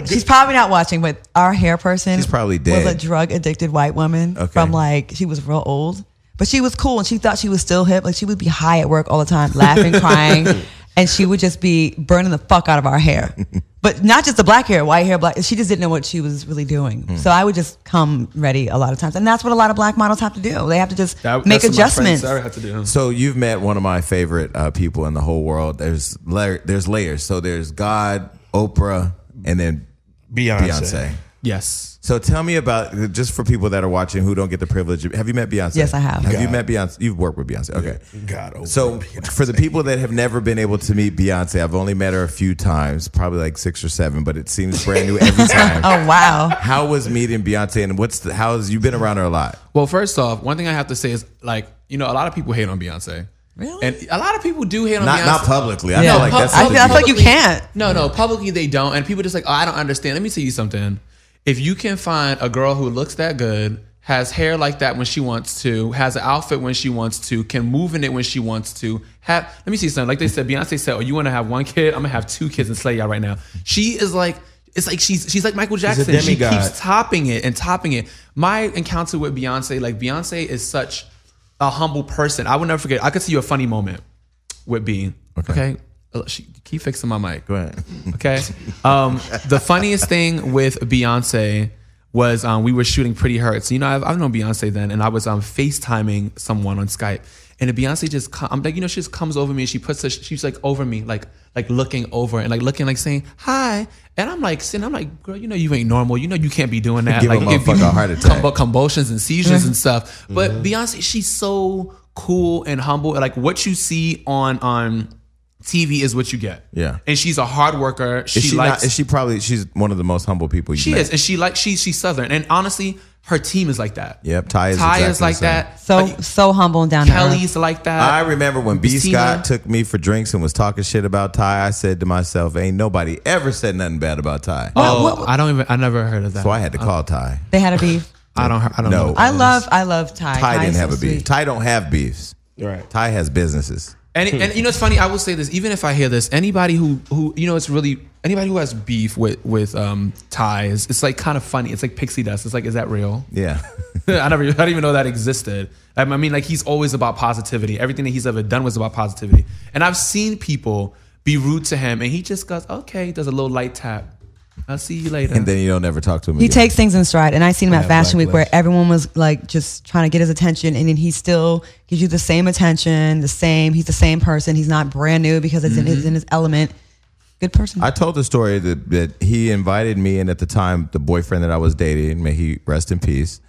Speaker 3: she's probably not watching, but our hair person
Speaker 2: She's probably
Speaker 3: was
Speaker 2: dead.
Speaker 3: a drug addicted white woman
Speaker 2: Okay.
Speaker 3: from like she was real old, but she was cool and she thought she was still hip. Like she would be high at work all the time, laughing, crying, and she would just be burning the fuck out of our hair. But not just the black hair, white hair, black. She just didn't know what she was really doing.
Speaker 2: Hmm.
Speaker 3: So I would just come ready a lot of times, and that's what a lot of black models have to do. They have to just
Speaker 1: That-
Speaker 3: make
Speaker 1: that's what my friend
Speaker 3: adjustments.
Speaker 1: Sarah had to do.
Speaker 2: So you've met one of my favorite uh, people in the whole world. There's layer, there's layers. So there's God, Oprah, and then
Speaker 4: Beyonce.
Speaker 2: Beyonce.
Speaker 1: Yes.
Speaker 2: So tell me about just for people that are watching who don't get the privilege. of- Have you met Beyonce?
Speaker 3: Yes, I have.
Speaker 2: Have you
Speaker 4: God.
Speaker 2: met Beyonce? You've worked with Beyonce. Okay.
Speaker 4: God,
Speaker 5: Oh,
Speaker 4: oh, Oprah,
Speaker 2: So for the people that have never been able to meet Beyonce, I've only met her a few times, probably like six or seven, but it seems brand new every time.
Speaker 3: Oh wow!
Speaker 2: How was meeting Beyonce, and what's the, how's you been around her a lot?
Speaker 1: Well, first off, one thing I have to say is like, you know, a lot of people hate on Beyonce.
Speaker 3: Really?
Speaker 1: And a lot of people do hate on
Speaker 2: Not
Speaker 1: Beyonce.
Speaker 2: not publicly. I
Speaker 3: Oh, Yeah.
Speaker 2: feel like
Speaker 1: pub-
Speaker 2: that's
Speaker 3: I
Speaker 2: something
Speaker 3: feel- I feel like you
Speaker 1: publicly-
Speaker 3: can't.
Speaker 1: No, no, publicly they don't. And people just like, oh, I don't understand. Let me tell you something. If you can find a girl who looks that good, has hair like that when she wants to, has an outfit when she wants to, can move in it when she wants to, have let me see something. Like they said, Beyonce said, Oh, you wanna have one kid? I'm gonna have two kids and slay y'all right now. She is like it's like she's she's like Michael Jackson. She
Speaker 4: demigod.
Speaker 1: keeps topping it and topping it. My encounter with Beyonce, like Beyonce is such a humble person. I will never forget. I could see you a funny moment with B. Okay. Uh, She keep fixing my mic.
Speaker 2: Go ahead.
Speaker 1: Okay. Um, the funniest thing with Beyonce was um, we were shooting Pretty Hurts. You know, I've, I've known Beyonce then, and I was um, FaceTiming someone on Skype, and Beyonce just, come, I'm like, you know, she just comes over me and she puts her, she's like over me, like like looking over and like looking like saying hi, and I'm like sitting, I'm like, girl, you know, you ain't normal. You know, you can't be doing that.
Speaker 2: Give a
Speaker 1: like, it give
Speaker 2: motherfucker a heart attack.
Speaker 1: combo- convulsions and seizures and stuff. But
Speaker 2: Mm-hmm.
Speaker 1: Beyonce, she's so cool and humble. Like what you see on on TV is what you get.
Speaker 2: Yeah.
Speaker 1: and she's a hard worker. She,
Speaker 2: Is she,
Speaker 1: likes.
Speaker 2: not, is she probably she's one of the most humble people you
Speaker 1: she
Speaker 2: met.
Speaker 1: is, and she like she's she's southern. And honestly, her team is like that.
Speaker 2: Yep, Ty is
Speaker 1: Ty
Speaker 2: exactly
Speaker 1: is
Speaker 2: the
Speaker 1: like
Speaker 2: same.
Speaker 1: that.
Speaker 3: So
Speaker 1: Like,
Speaker 3: so humble and down to earth.
Speaker 1: Kelly's like
Speaker 3: uh,
Speaker 1: that.
Speaker 2: I remember when B.
Speaker 1: Christina.
Speaker 2: Scott took me for drinks and was talking shit about Ty. I said to myself, "Ain't nobody ever said nothing bad about Ty."
Speaker 1: Oh,
Speaker 3: What- what-
Speaker 1: I don't even. I never heard of that.
Speaker 2: So I
Speaker 3: Oh.
Speaker 2: had to call Ty.
Speaker 3: They had a beef.
Speaker 1: I don't. I don't
Speaker 2: No.
Speaker 1: know.
Speaker 3: I love I love Ty.
Speaker 2: Ty
Speaker 3: Ty's
Speaker 2: didn't
Speaker 3: so
Speaker 2: have a beef.
Speaker 3: sweet.
Speaker 2: Ty don't have beefs.
Speaker 4: Right.
Speaker 2: Ty has businesses.
Speaker 1: And, and you know it's funny. I will say this. Even if I hear this, anybody who who you know it's really anybody who has beef with with um ties, it's like kind of funny. It's like pixie dust. It's like is that real?
Speaker 2: Yeah.
Speaker 1: I never I didn't even know that existed. I mean, like he's always about positivity. Everything that he's ever done was about positivity. And I've seen people be rude to him, and he just goes, "Okay," does a little light tap. I'll see you later.
Speaker 2: and then you don't ever talk to him.
Speaker 3: He
Speaker 2: again.
Speaker 3: takes things in stride, and I seen him at
Speaker 4: Yeah,
Speaker 3: Fashion
Speaker 4: Black
Speaker 3: Week where
Speaker 4: Lives.
Speaker 3: everyone was like just trying to get his attention, and then he still gives you the same attention, the same. He's the same person. He's not brand new because it's in his in his element. Good person.
Speaker 2: Mm-hmm. I told the story that, that he invited me, and at the time, the boyfriend that I was dating, may he rest in peace.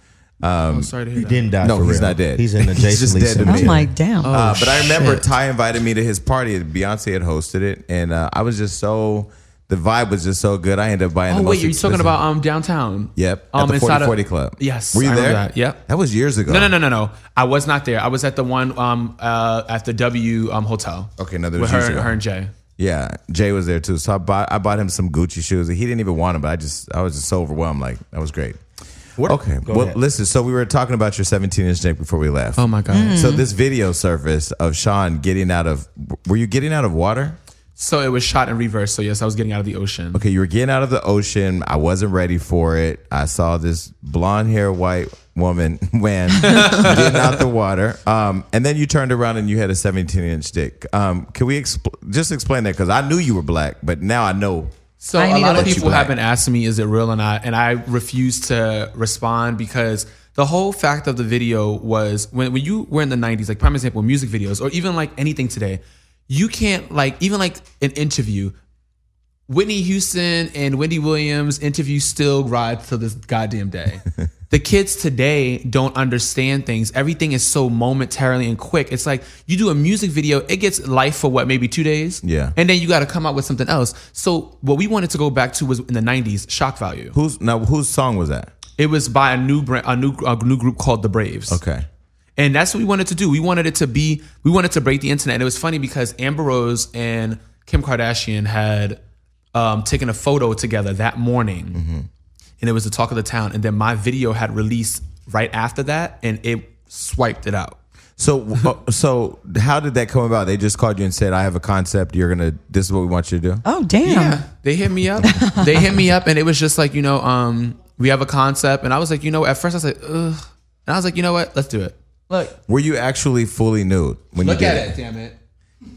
Speaker 1: I'm Oh, sorry to hear
Speaker 4: He
Speaker 1: that.
Speaker 4: didn't die.
Speaker 2: No,
Speaker 4: for
Speaker 2: he's
Speaker 4: real.
Speaker 2: not dead.
Speaker 4: He's in the
Speaker 2: He's
Speaker 4: Jason
Speaker 2: just
Speaker 4: Lee
Speaker 2: dead to
Speaker 4: cemetery.
Speaker 3: I'm like, damn.
Speaker 2: uh, but I remember
Speaker 1: shit.
Speaker 2: Ty invited me to his party. Beyonce had hosted it, and uh, I was just so The vibe was just so good. I ended up buying.
Speaker 1: Oh
Speaker 2: the
Speaker 1: wait,
Speaker 2: most
Speaker 1: you're talking
Speaker 2: expensive-
Speaker 1: about um downtown?
Speaker 2: Yep.
Speaker 1: Um,
Speaker 2: at the
Speaker 1: inside
Speaker 2: 40
Speaker 1: of-
Speaker 2: 40 Club.
Speaker 1: Yes,
Speaker 2: Were you
Speaker 1: I
Speaker 2: there?
Speaker 1: remember That. Yep.
Speaker 2: That was years ago.
Speaker 1: No, no, no, no, no. I was not there. I was at the one um uh at the W um hotel.
Speaker 2: Okay, no, there
Speaker 1: with
Speaker 2: was
Speaker 1: her,
Speaker 2: years ago.
Speaker 1: her and Jay.
Speaker 2: Yeah, Jay was there too. So I bought I bought him some Gucci shoes. He didn't even want them, but I just I was just so overwhelmed. Like that was great. okay,
Speaker 4: Go
Speaker 2: well
Speaker 4: ahead.
Speaker 2: listen. So we were talking about your 17 inch neck before we left.
Speaker 1: Oh my god.
Speaker 2: So this video surfaced of Sean getting out of. Were you getting out of water?
Speaker 1: So it was shot in reverse. So yes, I was getting out of the ocean.
Speaker 2: Okay, you were getting out of the ocean. I wasn't ready for it. I saw this blonde hair white woman when getting out the water. Um, and then you turned around and you had a 17 inch dick. Um, can we expl- just explain that? Because I knew you were black, but now I know.
Speaker 1: So
Speaker 3: I
Speaker 1: a
Speaker 3: need
Speaker 1: lot
Speaker 3: to
Speaker 1: of
Speaker 3: look
Speaker 1: people
Speaker 2: you
Speaker 1: have
Speaker 2: back.
Speaker 1: been asking me, is it real or not? And I refuse to respond because the whole fact of the video was when, when you were in the 90s, like prime example, music videos or even like anything today, you can't like even like an interview. Whitney Houston and Wendy Williams interview still ride to this goddamn day. the kids today don't understand things. Everything is so momentarily and quick. It's like you do a music video, it gets life for what, maybe two days?
Speaker 2: Yeah.
Speaker 1: And then you got to come out with something else. So what we wanted to go back to was in the '90s, shock value.
Speaker 2: Who's now? Whose song was that?
Speaker 1: It was by a new brand, a new a new group called the Braves.
Speaker 2: Okay.
Speaker 1: And that's what we wanted to do. We wanted it to be, we wanted to break the internet. And it was funny because Amber Rose and Kim Kardashian had um, taken a photo together that morning. And it was the talk of the town. And then my video had released right after that and it swiped it out.
Speaker 2: So, uh, so how did that come about? They just called you and said, "I have a concept. You're gonna. This is what we want you to do."
Speaker 3: Oh damn!
Speaker 1: Yeah, they hit me up. they hit me up, and it was just like you know, um, we have a concept, and I was like, you know, at first I was like, ugh, and I was like, you know what, let's do it.
Speaker 3: Look,
Speaker 2: Were you actually fully nude when
Speaker 1: Look
Speaker 2: you
Speaker 1: at
Speaker 2: did
Speaker 1: it, damn it.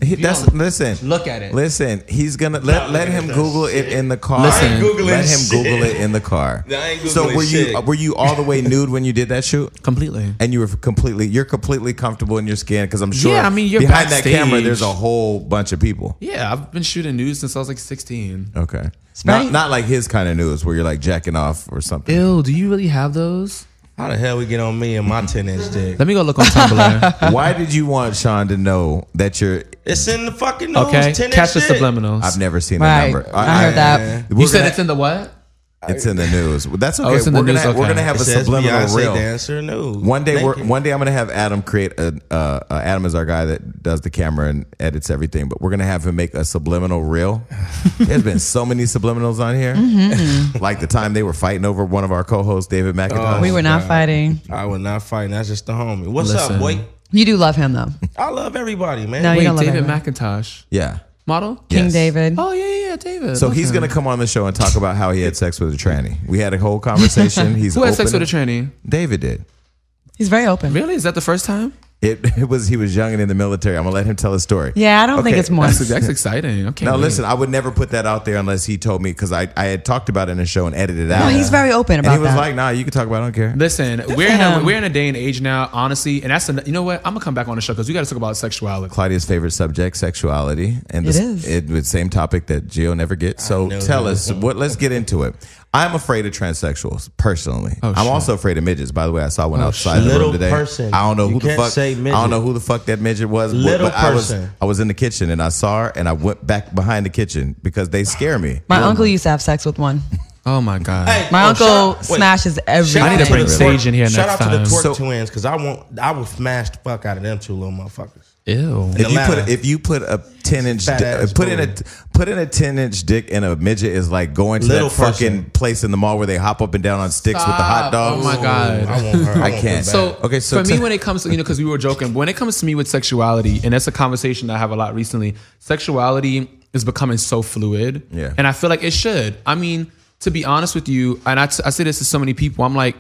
Speaker 2: He- that's
Speaker 1: don't-
Speaker 2: listen.
Speaker 1: Look at it.
Speaker 2: Listen, he's gonna let let him Google it in the car.
Speaker 1: Listen. I ain't
Speaker 5: Googling
Speaker 2: let him
Speaker 5: shit.
Speaker 2: Google it in the car.
Speaker 5: I ain't
Speaker 2: so
Speaker 5: Googling
Speaker 2: were you
Speaker 5: shit.
Speaker 2: were you all the way nude when you did that shoot?
Speaker 1: Completely.
Speaker 2: And you were completely you're completely comfortable in your skin because I'm sure.
Speaker 1: Yeah, I mean, you're
Speaker 2: behind
Speaker 1: backstage.
Speaker 2: that camera. There's a whole bunch of people.
Speaker 1: Yeah, I've been shooting news since I was like 16.
Speaker 2: Okay,
Speaker 3: Right.
Speaker 2: not not like his kind of news where you're like jacking off or something.
Speaker 1: Ew, do you really have those?
Speaker 5: How the hell we get on me and my 10 inch dick?
Speaker 1: Let me go look on Tumblr.
Speaker 2: Why did you want Sean to know that you're?
Speaker 5: It's in the fucking news.
Speaker 1: okay,
Speaker 5: 10
Speaker 1: catch the
Speaker 5: dick.
Speaker 1: subliminals.
Speaker 2: I've never seen
Speaker 3: right?
Speaker 2: the number.
Speaker 3: I, heard that.
Speaker 2: we're
Speaker 1: you said
Speaker 2: gonna-
Speaker 1: it's in the what?
Speaker 2: it's in the news. That's okay.
Speaker 1: it's in the
Speaker 2: we're, gonna,
Speaker 1: news,
Speaker 2: we're
Speaker 1: okay.
Speaker 2: gonna have
Speaker 5: It
Speaker 2: a
Speaker 5: says
Speaker 2: subliminal
Speaker 5: Beyonce
Speaker 2: reel.
Speaker 5: dancer nude.
Speaker 2: One day, we're,
Speaker 5: Naked.
Speaker 2: one day, I'm gonna have Adam create a. Uh, uh, Adam is our guy that does the camera and edits everything, but we're gonna have him make a subliminal reel. There's been so many subliminals on here,
Speaker 1: Mm-hmm.
Speaker 2: like the time they were fighting over one of our co-hosts, David McIntosh.
Speaker 1: Oh.
Speaker 3: We were not fighting.
Speaker 5: I would not fight. That's just the homie. What's
Speaker 1: Listen.
Speaker 5: up, boy?
Speaker 3: You do love him though,
Speaker 5: I love everybody, man.
Speaker 3: No, you
Speaker 1: Wait,
Speaker 3: don't love
Speaker 1: David
Speaker 3: him, right?
Speaker 1: McIntosh,
Speaker 2: yeah.
Speaker 1: model.
Speaker 3: King
Speaker 2: Yes.
Speaker 3: David.
Speaker 1: Oh yeah, yeah, yeah, David.
Speaker 2: So he's
Speaker 1: Listen.
Speaker 2: gonna come on the show and talk about how he had sex with a tranny. We had a whole conversation. He's
Speaker 1: Who had sex with
Speaker 2: open-
Speaker 1: a tranny?
Speaker 2: David did.
Speaker 3: He's very open.
Speaker 1: Really? Is that the first time?
Speaker 2: It, it was he was young and in the military. I'm gonna let him tell his story.
Speaker 3: Yeah, I don't think
Speaker 2: Okay.
Speaker 3: it's more.
Speaker 1: That's, that's exciting. Okay.
Speaker 5: Mm-hmm.
Speaker 2: Now listen, I would never put that out there unless he told me because I, I had talked about it in the show and edited it out.
Speaker 3: No, he's very open
Speaker 2: and
Speaker 3: about
Speaker 2: he was
Speaker 3: that.
Speaker 2: like, "Nah, you can talk about. it. I don't care."
Speaker 1: Listen, we're in
Speaker 3: for
Speaker 1: a
Speaker 3: him.
Speaker 1: we're in a day and age now, honestly, and that's an, you know what I'm gonna come back on the show because we got to talk about sexuality.
Speaker 2: Claudia's favorite subject, sexuality, and
Speaker 3: It
Speaker 2: the
Speaker 3: is.
Speaker 2: it was same topic that Gio never gets. So
Speaker 5: know
Speaker 2: tell
Speaker 5: that.
Speaker 2: us what. Let's get into it. I'm afraid of transsexuals personally.
Speaker 5: Oh,
Speaker 2: I'm also afraid of midgets. By the way, I saw one outside
Speaker 5: shit.
Speaker 2: the
Speaker 5: Oh, Little
Speaker 2: room today.
Speaker 5: person.
Speaker 2: I don't know
Speaker 5: You
Speaker 2: who the
Speaker 5: can't
Speaker 2: fuck.
Speaker 5: say midget.
Speaker 2: I don't know who the fuck that midget was. but-
Speaker 5: Little
Speaker 2: but I was-
Speaker 5: person.
Speaker 2: I was in the kitchen and I saw her and I went back behind the kitchen because they scare me.
Speaker 3: my uncle used to have sex with one.
Speaker 1: Oh my god.
Speaker 5: Hey,
Speaker 3: My
Speaker 5: oh,
Speaker 3: uncle
Speaker 5: shout- wait.
Speaker 3: smashes everything.
Speaker 5: Shout
Speaker 1: I need
Speaker 5: out
Speaker 1: to bring
Speaker 5: the
Speaker 1: Sage
Speaker 5: twerk-
Speaker 1: in here
Speaker 5: Shout
Speaker 1: next
Speaker 5: out to the
Speaker 1: time.
Speaker 5: twerk
Speaker 2: So-
Speaker 5: twins because I want I will smash the fuck out of them two little motherfuckers.
Speaker 1: Ew.
Speaker 2: If you put
Speaker 5: Atlanta.
Speaker 2: if you put a ten inch
Speaker 5: Fat
Speaker 2: di- uh,
Speaker 5: ass
Speaker 2: put in a
Speaker 5: booty.
Speaker 2: put in a ten inch dick and a midget is like going to
Speaker 5: Little
Speaker 2: that
Speaker 5: person.
Speaker 2: fucking place in the mall where they hop up and down on sticks with the hot
Speaker 1: Stop. Oh
Speaker 2: dogs.
Speaker 1: my God.
Speaker 5: I want her. I,
Speaker 2: I
Speaker 5: want
Speaker 2: can't.
Speaker 5: them
Speaker 1: So
Speaker 5: back.
Speaker 2: Okay,
Speaker 1: okay,
Speaker 2: so
Speaker 1: so for
Speaker 2: t-
Speaker 1: me, when it comes to you know, because we were joking, when it comes to me with sexuality, and that's a conversation that I have a lot recently. Sexuality is becoming so fluid,
Speaker 2: Yeah.
Speaker 1: and I feel like it should. I mean, to be honest with you, and I, t- I say this to so many people, I'm like,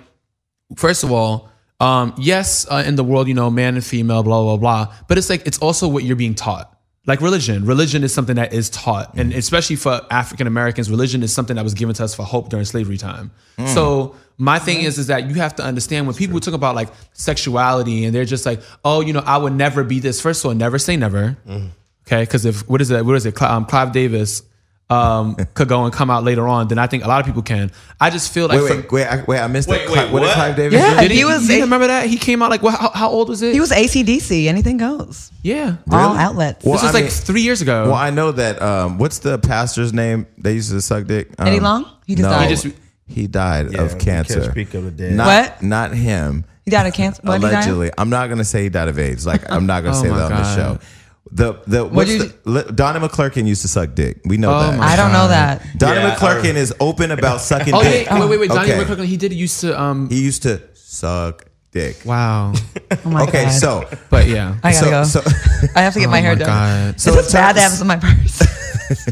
Speaker 1: first of all, um, yes, uh, in the world, you know, man and female, blah blah blah, but it's like it's also what you're being taught. Like religion, religion is something that is taught,
Speaker 2: Mm.
Speaker 1: and especially for African Americans, religion is something that was given to us for hope during slavery time.
Speaker 2: Mm.
Speaker 1: So my thing is, is that you have to understand when people talk about like sexuality, and they're just like, oh, you know, I would
Speaker 2: Mm.
Speaker 1: never be this. First of all, never say never, okay? Because if what is it? What is it? Cl- um, Clive Davis um, could go and come out later on, then I think a lot of people can. I just feel like
Speaker 2: Wait,
Speaker 1: for-
Speaker 2: wait, wait, I, wait, I missed
Speaker 5: Wait,
Speaker 2: it.
Speaker 5: wait,
Speaker 2: Clive- what did
Speaker 5: what?
Speaker 2: Clive Davis
Speaker 3: Yeah.
Speaker 2: do?
Speaker 1: Did he,
Speaker 3: He was
Speaker 1: You
Speaker 3: a-
Speaker 1: remember that he came out like well, how, how old was it?
Speaker 3: He was ACDC. Anything goes.
Speaker 1: yeah.
Speaker 3: All
Speaker 2: Really?
Speaker 3: outlets.
Speaker 2: Well,
Speaker 1: this was
Speaker 2: I
Speaker 1: like
Speaker 2: mean-
Speaker 1: three years ago.
Speaker 2: Well, I know that. Um, what's the pastor's name? They used to suck dick. Um,
Speaker 3: Eddie Long? He
Speaker 2: no,
Speaker 3: just died.
Speaker 2: He,
Speaker 1: He just-
Speaker 2: died
Speaker 5: Yeah, we
Speaker 2: of
Speaker 5: can't
Speaker 2: cancer.
Speaker 5: speak of the dead.
Speaker 2: Not,
Speaker 3: What?
Speaker 2: Not him.
Speaker 3: He died of cancer. What, he died of?
Speaker 2: allegedly, I'm not gonna say he died of AIDS. Like I'm not gonna
Speaker 1: Oh
Speaker 2: say
Speaker 1: my
Speaker 2: that on the
Speaker 1: God.
Speaker 2: show. The the what's
Speaker 3: you-
Speaker 2: the, Le- Donna McClurkin used to suck dick. We know
Speaker 1: Oh
Speaker 2: that.
Speaker 1: my
Speaker 3: I don't know that.
Speaker 2: Donna
Speaker 5: Yeah, I-
Speaker 2: McClurkin is open about sucking
Speaker 1: oh
Speaker 2: dick.
Speaker 1: yeah, wait, wait, wait. Donnie
Speaker 2: Okay.
Speaker 1: McClurkin, he did used to. Um,
Speaker 2: He used to suck dick.
Speaker 1: wow.
Speaker 3: Oh my
Speaker 2: okay,
Speaker 3: God.
Speaker 2: so
Speaker 1: But yeah.
Speaker 3: I gotta
Speaker 2: so,
Speaker 3: go.
Speaker 2: so
Speaker 3: I have to get my
Speaker 1: Oh
Speaker 3: hair
Speaker 1: my
Speaker 3: done.
Speaker 1: God.
Speaker 2: So
Speaker 3: this
Speaker 2: it's
Speaker 3: is bad
Speaker 2: not-
Speaker 3: that happens in my purse.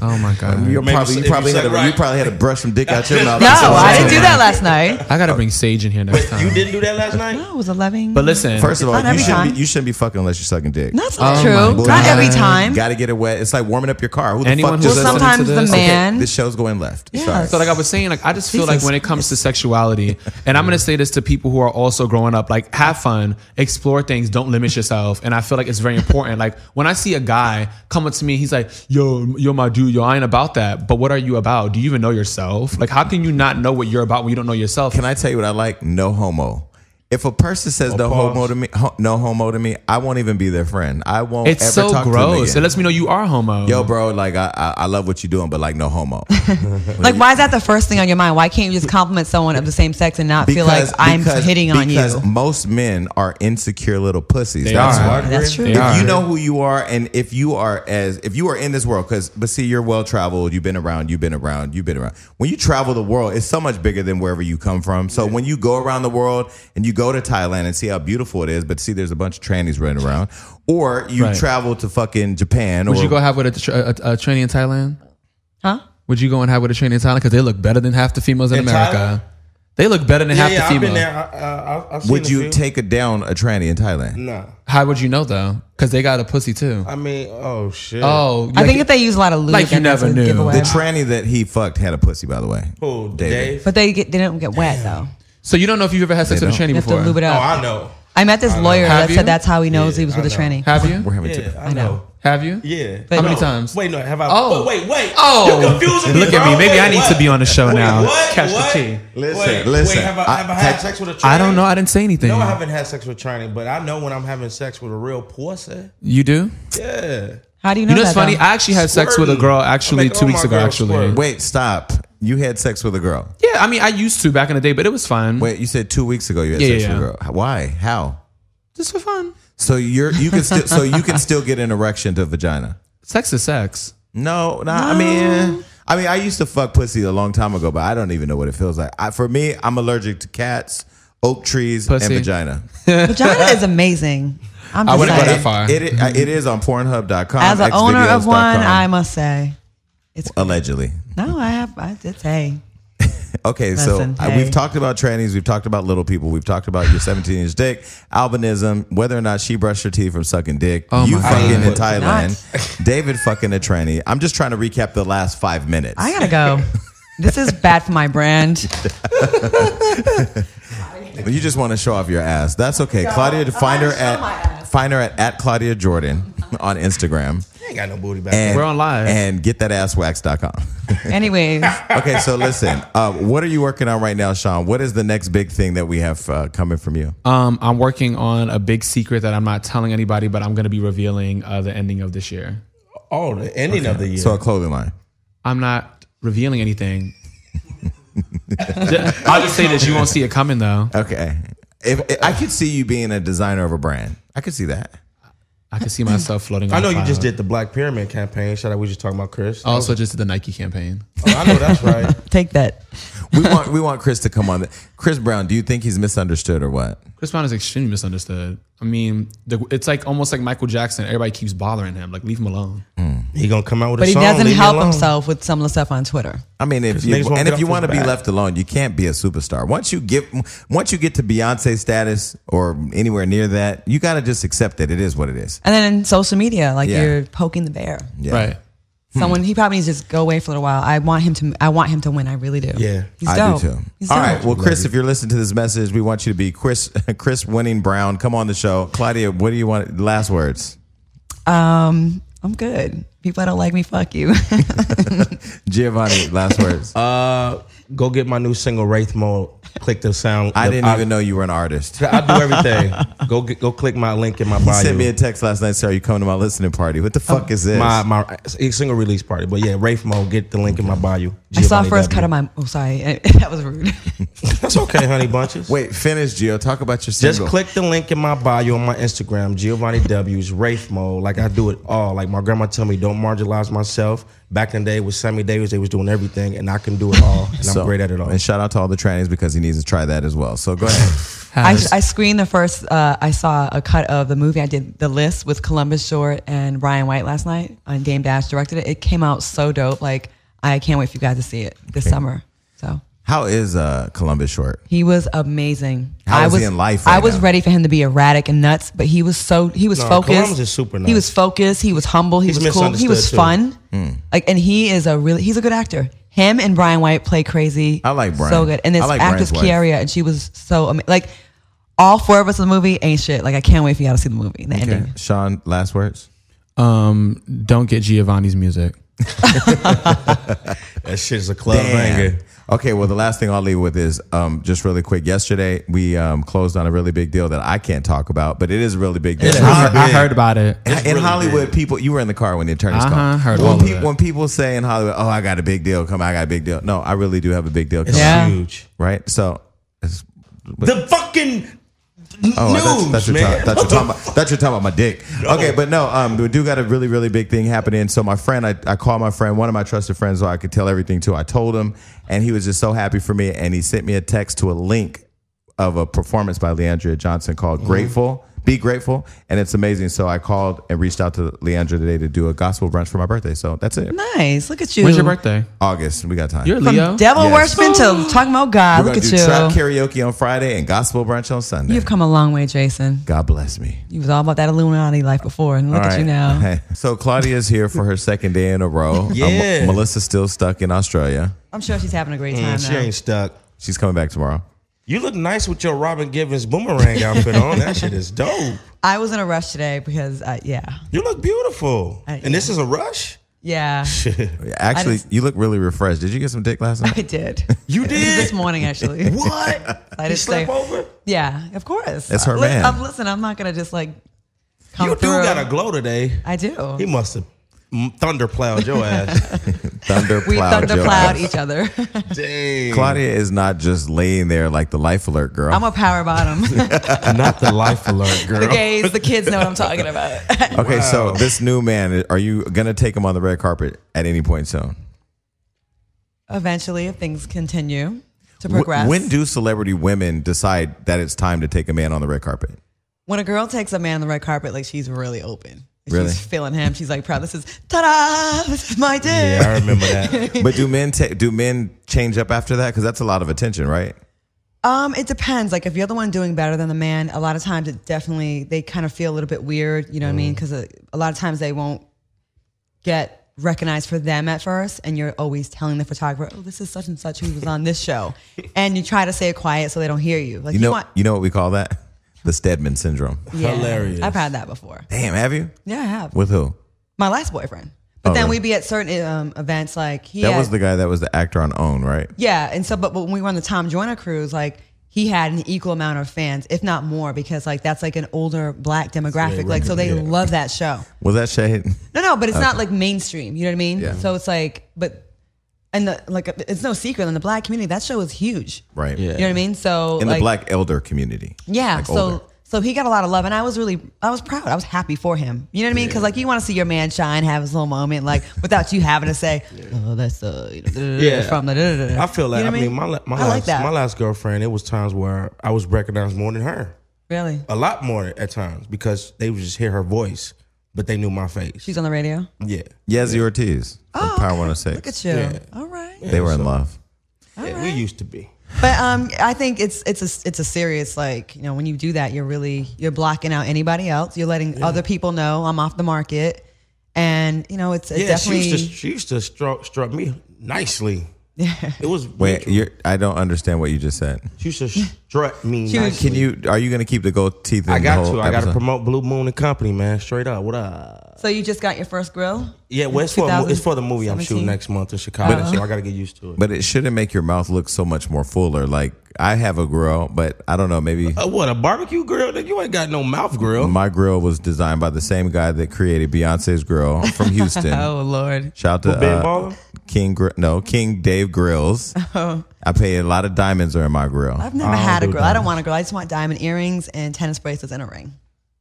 Speaker 1: Oh my god.
Speaker 2: you're
Speaker 5: Maybe
Speaker 2: probably,
Speaker 5: if
Speaker 2: you
Speaker 5: you
Speaker 2: probably
Speaker 5: suck
Speaker 2: had to, you
Speaker 5: right.
Speaker 2: probably had to brush some dick out your mouth.
Speaker 3: no, I
Speaker 2: So-
Speaker 3: didn't do that last night.
Speaker 1: I gotta bring Sage in here next time.
Speaker 5: You didn't do that last night?
Speaker 3: No, it was 11.
Speaker 1: But listen,
Speaker 2: First of all,
Speaker 3: Not
Speaker 2: you
Speaker 3: every
Speaker 2: shouldn't,
Speaker 3: time.
Speaker 2: be, you shouldn't be fucking unless you're sucking dick.
Speaker 3: that's not
Speaker 1: Oh my
Speaker 3: true.
Speaker 1: God.
Speaker 3: Not every time.
Speaker 2: Got to get it wet. It's like warming up your car. Who the
Speaker 1: Anyone
Speaker 2: fuck
Speaker 1: who's
Speaker 2: just
Speaker 1: listening
Speaker 2: listened?
Speaker 3: sometimes
Speaker 1: to
Speaker 3: the
Speaker 1: this,
Speaker 3: man-
Speaker 2: this show's going left.
Speaker 3: Yeah.
Speaker 2: Sorry.
Speaker 1: So like I was saying, like I just feel
Speaker 3: Jesus.
Speaker 1: like when it comes to sexuality, and I'm gonna say this to people who are also growing up, like have fun, explore things, don't limit yourself. And I feel like it's very important. Like when I see a guy coming to me, he's like, "Yo, you're my dude. Yo, I ain't about that. But what are you about? Do you even know yourself? Like how can you not know what you're about when you don't know yourself?
Speaker 2: Can I tell you what I like? No homo. If a person
Speaker 1: Oh,
Speaker 2: says no
Speaker 5: pause.
Speaker 2: homo to me, ho- no homo to me, I won't even be their friend. I won't.
Speaker 1: it's
Speaker 2: ever
Speaker 1: so
Speaker 2: talk To them
Speaker 1: gross.
Speaker 2: again.
Speaker 1: It lets me know you are homo.
Speaker 2: Yo, bro, like I, I, I love what you're doing, but like no homo.
Speaker 3: Like, why is that the first thing on your mind? Why can't you just compliment someone of the same sex and not feel like
Speaker 2: Because-
Speaker 3: I'm
Speaker 2: because-
Speaker 3: hitting on you?
Speaker 2: because most men are insecure little pussies.
Speaker 1: They
Speaker 2: That's
Speaker 1: are.
Speaker 2: why.
Speaker 3: That's true.
Speaker 1: They are.
Speaker 2: If you know who you are, and if you are as if you are in this world, because but see, you're well traveled. You've been around. You've been around. You've been around. When you travel the world, it's so much bigger than wherever you come from. So when you go around the world and you go to Thailand and see how beautiful it is, but see, there's a bunch of trannies running around, or you
Speaker 1: Right.
Speaker 2: travel to fucking Japan,
Speaker 1: Would
Speaker 2: or
Speaker 1: you go have with a, tra- a, a trainee in Thailand?
Speaker 3: Huh?
Speaker 1: Would you go and have with a trainee in Thailand? Because they look better than half the females in,
Speaker 5: In
Speaker 1: America. They look better than
Speaker 5: Yeah,
Speaker 1: half
Speaker 5: yeah,
Speaker 1: the
Speaker 5: I've been
Speaker 1: females.
Speaker 5: there. I, I, I, I've seen
Speaker 2: would
Speaker 5: a
Speaker 2: you
Speaker 5: few.
Speaker 2: take a down a tranny in Thailand?
Speaker 5: Nah.
Speaker 1: How would you know though? Because they got a pussy too.
Speaker 5: I mean, oh shit.
Speaker 1: Oh,
Speaker 3: I
Speaker 1: like-
Speaker 3: think if they use a lot of lube,
Speaker 1: Like you
Speaker 3: then that's
Speaker 1: never
Speaker 3: a
Speaker 1: knew.
Speaker 2: The
Speaker 3: giveaway.
Speaker 2: tranny that he fucked had a pussy, by the way.
Speaker 1: Oh,
Speaker 5: Who, Dave.
Speaker 3: but they get they don't get wet though.
Speaker 1: So you don't know if you've ever had sex
Speaker 2: They
Speaker 1: with a
Speaker 2: don't.
Speaker 1: tranny
Speaker 3: You have to
Speaker 1: before?
Speaker 3: lube it
Speaker 5: Oh,
Speaker 3: up.
Speaker 5: I know.
Speaker 3: I met this lawyer
Speaker 1: Have
Speaker 3: that
Speaker 1: you?
Speaker 3: said that's how he knows
Speaker 5: Yeah,
Speaker 3: he was
Speaker 5: I
Speaker 3: with a
Speaker 5: know.
Speaker 3: tranny.
Speaker 1: Have
Speaker 2: We're
Speaker 1: you?
Speaker 2: having
Speaker 5: Yeah,
Speaker 2: to.
Speaker 5: I know.
Speaker 1: Have you?
Speaker 5: Yeah.
Speaker 1: How many
Speaker 5: No.
Speaker 1: times?
Speaker 5: Wait, no. Have I?
Speaker 1: Oh.
Speaker 5: Oh, wait, wait.
Speaker 1: Oh.
Speaker 5: You're confusing me.
Speaker 1: Look at
Speaker 5: bro.
Speaker 1: me. Maybe
Speaker 5: Wait,
Speaker 1: I need
Speaker 5: what?
Speaker 1: to be on the show
Speaker 5: Wait,
Speaker 1: now.
Speaker 5: What?
Speaker 1: Catch the
Speaker 5: what?
Speaker 1: tea.
Speaker 2: Listen,
Speaker 5: wait,
Speaker 2: listen.
Speaker 5: Wait, have I,
Speaker 2: I-
Speaker 5: have I had
Speaker 2: have-
Speaker 5: sex with a tranny?
Speaker 1: I don't know. I didn't say anything.
Speaker 5: No, I haven't had sex with tranny, but I know when I'm having sex with a real pussy.
Speaker 1: You do?
Speaker 5: Yeah.
Speaker 3: How do you know
Speaker 1: You know
Speaker 3: that?
Speaker 1: what's funny?
Speaker 3: though?
Speaker 1: I actually had sex with a
Speaker 5: Squirting.
Speaker 1: girl
Speaker 5: I
Speaker 1: actually
Speaker 5: make
Speaker 1: two
Speaker 5: all
Speaker 1: weeks
Speaker 5: my
Speaker 1: ago.
Speaker 5: girls
Speaker 1: Actually,
Speaker 5: squirt.
Speaker 2: Wait, stop. You had sex with a girl.
Speaker 1: yeah. I mean, I used to back in the day, but it was fine.
Speaker 2: Wait, you said two weeks ago you had
Speaker 1: Yeah,
Speaker 2: sex
Speaker 1: yeah,
Speaker 2: with a girl. Why? How?
Speaker 1: Just for fun.
Speaker 2: So you're you can still so you can still get an erection to vagina.
Speaker 1: Sex is sex.
Speaker 2: No, nah, I mean, I mean, I used to fuck pussy a long time ago, but I don't even know what it feels like. I, for me, I'm allergic to cats, oak trees,
Speaker 1: Pussy.
Speaker 2: and vagina.
Speaker 3: Vagina is amazing. I'm
Speaker 1: I
Speaker 3: just
Speaker 1: wouldn't go
Speaker 3: saying.
Speaker 1: that far.
Speaker 2: It, it, it is on Pornhub.com.
Speaker 3: As an owner of one, I
Speaker 2: I'm
Speaker 3: must say,
Speaker 2: allegedly.
Speaker 3: no, I have. I did say.
Speaker 2: Okay,
Speaker 3: Listen,
Speaker 2: so uh,
Speaker 3: hey.
Speaker 2: we've talked about trannies, we've talked about little people, we've talked about your 17 inch dick, albinism, whether or not she brushed her teeth from sucking dick,
Speaker 1: Oh
Speaker 2: you
Speaker 1: my
Speaker 2: fucking
Speaker 1: God.
Speaker 2: in Thailand, David fucking a tranny. I'm just trying to recap the last five minutes.
Speaker 3: I gotta go. this is bad for my brand.
Speaker 2: you just want to show off your ass. That's okay. Claudia, find her
Speaker 3: show my
Speaker 2: at
Speaker 3: ass.
Speaker 2: find her at, at Claudia Jordan on Instagram.
Speaker 5: I ain't got no booty back.
Speaker 2: And,
Speaker 1: We're on live.
Speaker 2: And get that asswax.com.
Speaker 3: Anyways,
Speaker 2: okay, so listen, uh, what are you working on right now, Sean? What is the next big thing that we have uh, coming from you?
Speaker 1: Um, I'm working on a big secret that I'm not telling anybody, but I'm going to be revealing uh, the ending of this year.
Speaker 5: oh, the ending of the year.
Speaker 2: So a clothing line.
Speaker 1: I'm not revealing anything. I'll just say this: you won't see it coming, though.
Speaker 2: Okay. If, if- I could see you being a designer of a brand, I could see that.
Speaker 1: I can see myself floating. On
Speaker 5: I know
Speaker 1: a
Speaker 5: you
Speaker 1: cloud.
Speaker 5: just did the Black Pyramid campaign. Shout out, we just talking about Chris.
Speaker 1: I also just did the Nike campaign.
Speaker 5: Oh, I know that's right.
Speaker 3: take that.
Speaker 2: We want we want Chris to come on. Chris Brown, do you think he's misunderstood or what?
Speaker 1: Chris Brown is extremely misunderstood. I mean, the, it's like almost like Michael Jackson. Everybody keeps bothering him. Like, leave him alone.
Speaker 5: He gonna come out with a
Speaker 3: But he
Speaker 5: song.
Speaker 3: doesn't
Speaker 5: leave me
Speaker 3: help
Speaker 5: alone.
Speaker 3: himself with some of the stuff on Twitter.
Speaker 2: I mean, if you
Speaker 5: niggas won't
Speaker 2: and
Speaker 5: get
Speaker 2: if
Speaker 5: off
Speaker 2: you
Speaker 5: his
Speaker 2: want to be
Speaker 5: back.
Speaker 2: left alone, you can't be a superstar. Once you get once you get to Beyonce status or anywhere near that, you got to just accept that it is what it is.
Speaker 3: And then in social media, like
Speaker 2: Yeah.
Speaker 3: you're poking the bear.
Speaker 2: Yeah.
Speaker 1: Right.
Speaker 3: Someone he probably needs to just go away for a little while. I want him to. I want him to win. I really do.
Speaker 5: Yeah.
Speaker 3: he's
Speaker 2: I
Speaker 3: dope.
Speaker 2: do too.
Speaker 3: He's
Speaker 2: All
Speaker 3: dope.
Speaker 2: right. Well, Chris, if you're listening to this message, we want you to be Chris Chris winning Brown. Come on the show. Claudia, what do you want last words?
Speaker 3: Um, I'm good. people that don't like me, fuck you.
Speaker 2: Giovanni, last words.
Speaker 5: Uh, go get my new single Wraith Mode. Click the sound.
Speaker 2: I
Speaker 5: the-
Speaker 2: didn't even know you were an artist.
Speaker 5: I do everything. go get, go click my link in my bio.
Speaker 2: He sent me a text last night. Sir, you coming to my listening party? What the fuck is this?
Speaker 5: Oh, my my it's single release party. But yeah, Wraith Mode. Get the link in my bio.
Speaker 3: I saw
Speaker 5: Giovanni
Speaker 3: first
Speaker 5: W.
Speaker 3: cut of my. Oh, sorry, that was rude.
Speaker 5: That's okay, honey bunches.
Speaker 2: Wait, finish, Gio. Talk about your single.
Speaker 5: Just click the link in my bio on my Instagram, Giovanni W's Wraith Mode. Like I do it all. Like my grandma tell me, don't marginalize myself. Back in the day with Sammy Davis, they was doing everything, and I can do it all, and
Speaker 2: So-
Speaker 5: I'm great at it all.
Speaker 2: And shout out to all the trannies because he needs to try that as well. So go ahead.
Speaker 3: I, I screened the first. Uh, I saw a cut of the movie. I did the list with Columbus Short and Ryan White last night, and Dame Dash directed it. It came out so dope. Like I can't wait for you guys to see it this summer. So
Speaker 2: How is uh, Columbus Short?
Speaker 3: he was amazing.
Speaker 2: How
Speaker 3: I
Speaker 2: is he
Speaker 3: was
Speaker 2: in life
Speaker 3: I
Speaker 2: right
Speaker 3: was
Speaker 2: now?
Speaker 3: ready for him to be erratic and nuts, but he was so he was
Speaker 5: No,
Speaker 3: focused.
Speaker 5: Columbus is super
Speaker 3: He
Speaker 5: nice.
Speaker 3: was focused. He was humble. He
Speaker 5: He's
Speaker 3: was cool. He was
Speaker 5: misunderstood, too.
Speaker 3: fun.
Speaker 2: Hmm.
Speaker 3: Like, and he is a really he's a good actor. Him and Brian White play crazy.
Speaker 2: I like Brian.
Speaker 3: So good. And
Speaker 2: I
Speaker 3: this
Speaker 2: like
Speaker 3: actress
Speaker 2: Brian's wife.
Speaker 3: Kiaria, and she was so ama- like all four of us in the movie ain't shit. Like I can't wait for y'all to see the movie. The ending.
Speaker 2: Sean, last words.
Speaker 1: Um, don't get Giovanni's music.
Speaker 5: that shit's a club banger.
Speaker 2: Okay, well, the last thing I'll leave with is um, just really quick. Yesterday, we um, closed on a really big deal that I can't talk about, but it is a really big deal.
Speaker 5: It is.
Speaker 2: Ho-
Speaker 1: I, I heard about it.
Speaker 2: In Hollywood, people, you were in the car when the attorneys
Speaker 1: Uh-huh,
Speaker 2: called.
Speaker 1: heard
Speaker 2: when,
Speaker 1: about
Speaker 2: people,
Speaker 1: that.
Speaker 2: when people say in Hollywood, "Oh, I got a big deal coming," I got a big deal. No, I really do have a big deal coming.
Speaker 3: Yeah.
Speaker 5: Huge.
Speaker 2: Right? So, it's,
Speaker 5: The fucking
Speaker 2: Oh, that's,
Speaker 5: news,
Speaker 2: that's, your Talk,
Speaker 5: man.
Speaker 2: that's, your talk about, that's your talk about my dick. Okay, but no, um, we do got a really, really big thing happening. So my friend, I, I called my friend, one of my trusted friends, so I could tell everything to. I told him, and he was just so happy for me. And he sent me a text to a link of a performance by Leandria Johnson
Speaker 5: Mm-hmm.
Speaker 2: called "Grateful." Be grateful, and it's amazing. So I called and reached out to Leandra today to do a gospel brunch for my birthday. So that's it.
Speaker 3: Nice. Look at you.
Speaker 1: When's your birthday?
Speaker 2: August, we got time.
Speaker 1: You're
Speaker 3: From
Speaker 1: Leo.
Speaker 3: devil
Speaker 2: Yes.
Speaker 3: worshiping to talking about God.
Speaker 2: We're
Speaker 3: Look
Speaker 2: gonna
Speaker 3: at
Speaker 2: do trap
Speaker 3: you.
Speaker 2: karaoke on Friday and gospel brunch on Sunday.
Speaker 3: You've come a long way, Jason.
Speaker 2: God bless me.
Speaker 3: You was all about that Illuminati life before, and look
Speaker 2: All
Speaker 3: at
Speaker 2: right.
Speaker 3: you now.
Speaker 2: Okay. So Claudia's here for her second day in a row. Uh,
Speaker 5: Yeah.
Speaker 2: M- Melissa's still stuck in Australia.
Speaker 3: I'm sure she's having a great time.
Speaker 5: Mm, she
Speaker 3: now.
Speaker 5: ain't stuck.
Speaker 2: She's coming back tomorrow.
Speaker 5: You look nice with your Robin Givens boomerang outfit on. That shit is dope.
Speaker 3: I was in a rush today because, uh, yeah,
Speaker 5: You look beautiful.
Speaker 3: I-
Speaker 5: and this is a rush?
Speaker 3: yeah,
Speaker 2: Actually,
Speaker 3: I just-
Speaker 2: you look really refreshed. Did you get some dick last night?
Speaker 3: I did.
Speaker 5: You
Speaker 3: This is
Speaker 5: did?
Speaker 3: this morning, actually.
Speaker 5: what?
Speaker 3: I
Speaker 5: you
Speaker 3: didn't
Speaker 5: slept
Speaker 3: say-
Speaker 5: over?
Speaker 3: yeah, of course.
Speaker 2: That's her
Speaker 3: Uh, li-
Speaker 2: man.
Speaker 3: I'm, listen, I'm not gonna just like come
Speaker 5: you do
Speaker 3: through.
Speaker 5: got a glow today.
Speaker 3: I do.
Speaker 5: He must have thunder plowed your ass.
Speaker 2: Thunder
Speaker 3: we
Speaker 2: plowed your
Speaker 3: thundercloud
Speaker 2: ass.
Speaker 3: each other.
Speaker 5: Dang.
Speaker 2: Claudia is not just laying there like the life alert girl.
Speaker 3: I'm a power bottom. the
Speaker 5: Not the life alert, girl.
Speaker 3: gays, the kids know what I'm talking about.
Speaker 2: okay, so this new man, are you gonna take him on the red carpet at any point soon?
Speaker 3: Eventually, if things continue to
Speaker 2: Wh-
Speaker 3: progress,
Speaker 2: when do celebrity women decide that it's time to take a man on the red carpet?
Speaker 3: when a girl takes a man on the red carpet, like she's really open. Like,
Speaker 2: Really?
Speaker 3: She's feeling him. She's like proud. This is ta da. This is my dick.
Speaker 5: Yeah, I remember that.
Speaker 2: But do men ta- do men change up after that? Because that's a lot of attention, right?
Speaker 3: Um, it depends. Like if you're the one doing better than the man, a lot of times it definitely they kind of feel a little bit weird. You know what I
Speaker 2: Mm.
Speaker 3: mean? Because a, a lot of times they won't get recognized for them at first, and you're always telling the photographer, "Oh, this is such and such who was on this show," and you try to say it quiet so they don't hear you. Like
Speaker 2: You know,
Speaker 3: want,
Speaker 2: you know what we call that? The Stedman syndrome.
Speaker 3: Yeah.
Speaker 5: Hilarious.
Speaker 3: I've had that before.
Speaker 2: Damn, have you?
Speaker 3: Yeah, I have.
Speaker 2: With who?
Speaker 3: My last boyfriend. But
Speaker 2: Oh,
Speaker 3: then
Speaker 2: really?
Speaker 3: we'd be at certain um, events like he
Speaker 2: That
Speaker 3: had-
Speaker 2: was the guy that was the actor on OWN, right?
Speaker 3: Yeah, and so but, but when we were on the Tom Joyner cruise, like he had an equal amount of fans, if not more, because like that's like an older black demographic. Like so they love that show.
Speaker 2: Was that Shahid?
Speaker 3: No, no, but it's not like mainstream. You know what I mean?
Speaker 2: Yeah.
Speaker 3: So it's like, but and the like, it's no secret in the black community that show is huge.
Speaker 2: Right.
Speaker 5: Yeah.
Speaker 3: You know what I mean? So
Speaker 2: In
Speaker 3: like,
Speaker 2: the black elder community.
Speaker 3: yeah.
Speaker 2: Like
Speaker 3: so
Speaker 2: older.
Speaker 3: so he got a lot of love, and I was really I was proud. I was happy for him. You know what I mean? Because like you want to see your man shine, have his little moment, like without you having to say, oh, that's uh, you know, da- da- da-
Speaker 5: Yeah.
Speaker 3: from the. da- da- da- da."
Speaker 5: I feel that.
Speaker 3: You know what
Speaker 5: I mean, my, la- my,
Speaker 3: I
Speaker 5: last,
Speaker 3: like that.
Speaker 5: my last girlfriend, it was times where I was recognized more than her.
Speaker 3: really.
Speaker 5: A lot more at times because they would just hear her voice, but they knew my face.
Speaker 3: She's on the radio.
Speaker 5: yeah.
Speaker 2: Yazzie Ortiz from
Speaker 3: Oh,
Speaker 2: Power
Speaker 3: okay.
Speaker 2: 106.
Speaker 3: Look at you.
Speaker 5: Yeah.
Speaker 3: All right.
Speaker 2: They were in love.
Speaker 5: yeah We used to be.
Speaker 3: But um, I think it's it's a it's a serious like you know when you do that you're really you're blocking out anybody else. You're letting other people know I'm off the market, and you know it's, it's
Speaker 5: yeah,
Speaker 3: definitely
Speaker 5: she used to, she used to struck, struck me nicely. Yeah. It was
Speaker 2: Wait, you're, I don't understand what you just said.
Speaker 5: She used to strut me.
Speaker 3: Huge.
Speaker 5: nicely.
Speaker 2: Can you? Are you gonna keep the gold teeth? In
Speaker 5: I
Speaker 2: the
Speaker 5: got
Speaker 2: whole
Speaker 5: to. I got to
Speaker 2: episode?
Speaker 5: promote Blue Moon and Company, man. Straight up. What up?
Speaker 3: So you just got your first grill?
Speaker 5: Yeah, well, it's for, a mo- it's for the movie I'm
Speaker 3: 2017.
Speaker 5: shooting next month in Chicago,
Speaker 3: But-
Speaker 5: so I got to get used to it.
Speaker 2: But it shouldn't make your mouth look so much more fuller. Like I have a grill, but I don't know. Maybe
Speaker 5: Uh, what a barbecue grill? Nigga, You ain't got no mouth grill.
Speaker 2: my grill was designed by the same guy that created Beyonce's grill from Houston.
Speaker 3: Oh Lord.
Speaker 2: Shout out to
Speaker 5: Ben
Speaker 2: uh,
Speaker 5: Baller?
Speaker 2: King. Gr- No, King Dave Grills. I pay a lot of diamonds are in my grill.
Speaker 3: I've never had a grill. Oh. I don't want a grill. I just want diamond earrings and tennis bracelets and a ring.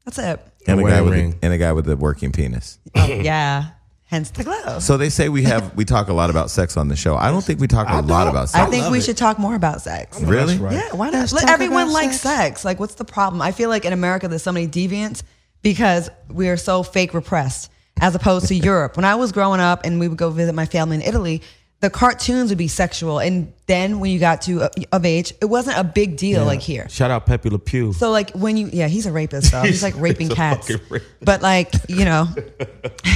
Speaker 3: That's it.
Speaker 2: and a guy
Speaker 5: wedding
Speaker 2: with a,
Speaker 5: ring.
Speaker 2: and a guy with a working penis.
Speaker 3: Oh, yeah. Hence the glow.
Speaker 2: So they say we have we talk a lot about sex on the show. I don't think we talk a lot about sex.
Speaker 3: I think we should talk more about sex.
Speaker 2: really.
Speaker 3: Yeah, why not? Let everyone like sex. Like, what's the problem? I feel like in America, there's so many deviants because we are so fake repressed as opposed to Europe. When I was growing up and we would go visit my family in Italy, the cartoons would be sexual. And then when you got to uh, of age, it wasn't a big deal like here.
Speaker 5: Shout out Pepe Le Pew.
Speaker 3: So like when you yeah he's a rapist though he's like raping
Speaker 5: He's a
Speaker 3: cats
Speaker 5: fucking rapist.
Speaker 3: but like you know